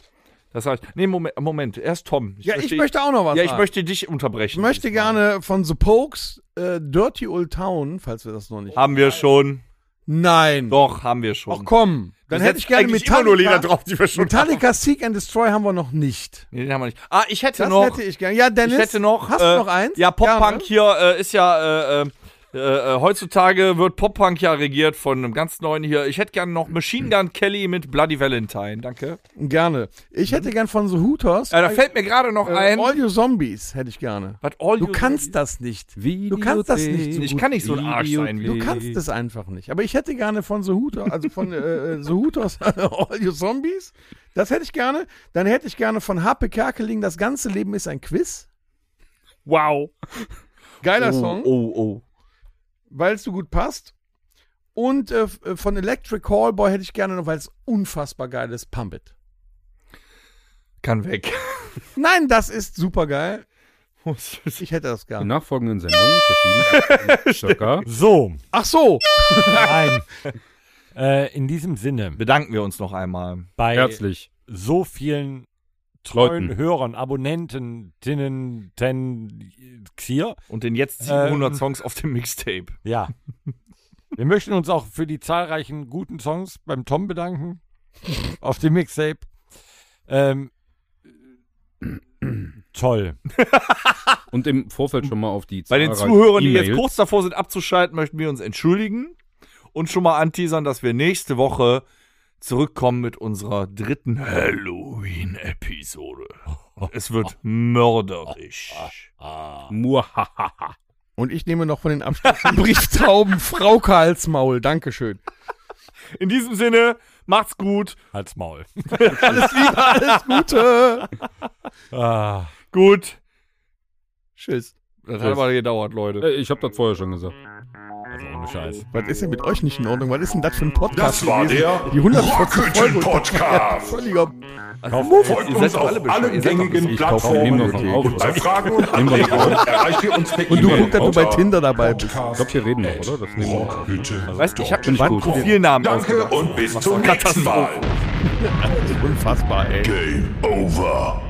Das heißt, nee, Moment, Moment, erst Tom.
Ja, ich möchte auch noch was
Ja, ich
sagen.
möchte dich unterbrechen.
Ich möchte gerne von The Pokes äh, Dirty Old Town, falls wir das noch nicht.
Haben wir schon.
Nein.
Doch, haben wir schon.
Ach komm, dann hätte ich gerne
Metallica. Immer nur Lieder
Metallica.
drauf, die wir schon
Metallica Seek and Destroy haben wir noch nicht.
Nee, den haben wir nicht. Ah, ich hätte
Das
noch.
hätte ich gerne. Ja, Dennis,
ich hätte noch.
hast
äh,
du noch eins? ne?
Ja, Pop-Punk
Gerne.
hier äh, ist ja. Äh, äh, äh, äh, heutzutage wird Pop-Punk ja regiert von einem ganz neuen hier. Ich hätte gerne noch Machine Gun Kelly mit Bloody Valentine. Danke.
Gerne. Ich hätte gern von The Hooters.
Mhm. Äh, da fällt mir gerade noch
äh,
ein.
All You Zombies hätte ich gerne.
But all
Du
you-
kannst das nicht.
Videothek,
Du kannst das nicht so
Ich kann nicht so ein Arsch sein wie
Du kannst es einfach nicht. Aber ich hätte gerne von The Hooters, also von äh, The Hooters All You Zombies. Das hätte ich gerne. Dann hätte ich gerne von Happe Kerkeling Das ganze Leben ist ein Quiz.
Wow.
Geiler
Oh,
Song.
oh, oh.
weil es so gut passt. Und äh, f- äh, von Electric Callboy hätte ich gerne noch, weil es unfassbar geil ist, Pump It.
Kann weg.
Nein, das ist super geil. Ich hätte das
Die
Genau.
gerne.
nachfolgenden Sendungen verschieden circa.
So,
Ach so.
nein. äh, in diesem Sinne,
Bedanken wir uns noch einmal.
bei
Herzlich.
so vielen treuen
Leuten.
Hörern, Abonnenten, Tinnen, Ten, Xier,
Und den jetzt 700 Songs auf dem Mixtape.
ja. Wir möchten uns auch für die zahlreichen guten Songs beim Tom bedanken. auf dem Mixtape. Ähm, toll.
Und im Vorfeld schon mal auf die
Bei den
zahlreichen
Zuhörern, die jetzt
E-Mails.
kurz davor sind abzuschalten, möchten wir uns entschuldigen und schon mal anteasern, dass wir nächste Woche zurückkommen mit unserer dritten Halloween-Episode. Es wird mörderisch.
Muahahaha.
Und ich nehme noch von den abstrakten Brieftauben Frau Karls Maul. Dankeschön.
In diesem Sinne, macht's gut.
Halt's Maul.
Alles Liebe, alles Gute.
Ah.
Gut.
Tschüss.
Das hat aber gedauert, Leute.
Äh, Ich habe das vorher schon gesagt.
Ohne Scheiß.
Was ist denn mit euch nicht in Ordnung? Was ist denn das für ein Podcast?
Das war
gewesen?
der
die 140 Folge.
Rockhütten-Podcast.
Völliger
Folgt uns auf allen gängigen
nehmen wir
Plattformen.
noch mal auf.
Und bei Fragen und
Nehmen wir noch
Anregungen erreicht ihr uns per
Und du
E-Mail
guckst, dass du bei
unter
Tinder dabei bist.
Ich glaube, hier reden noch, oder? Das nehmen wir noch.
Rockhütte.
Weißt du, ich habe schon
Bin ich gut.
Profilnamen
Danke und bis zum nächsten Mal.
Unfassbar, ey.
Game over.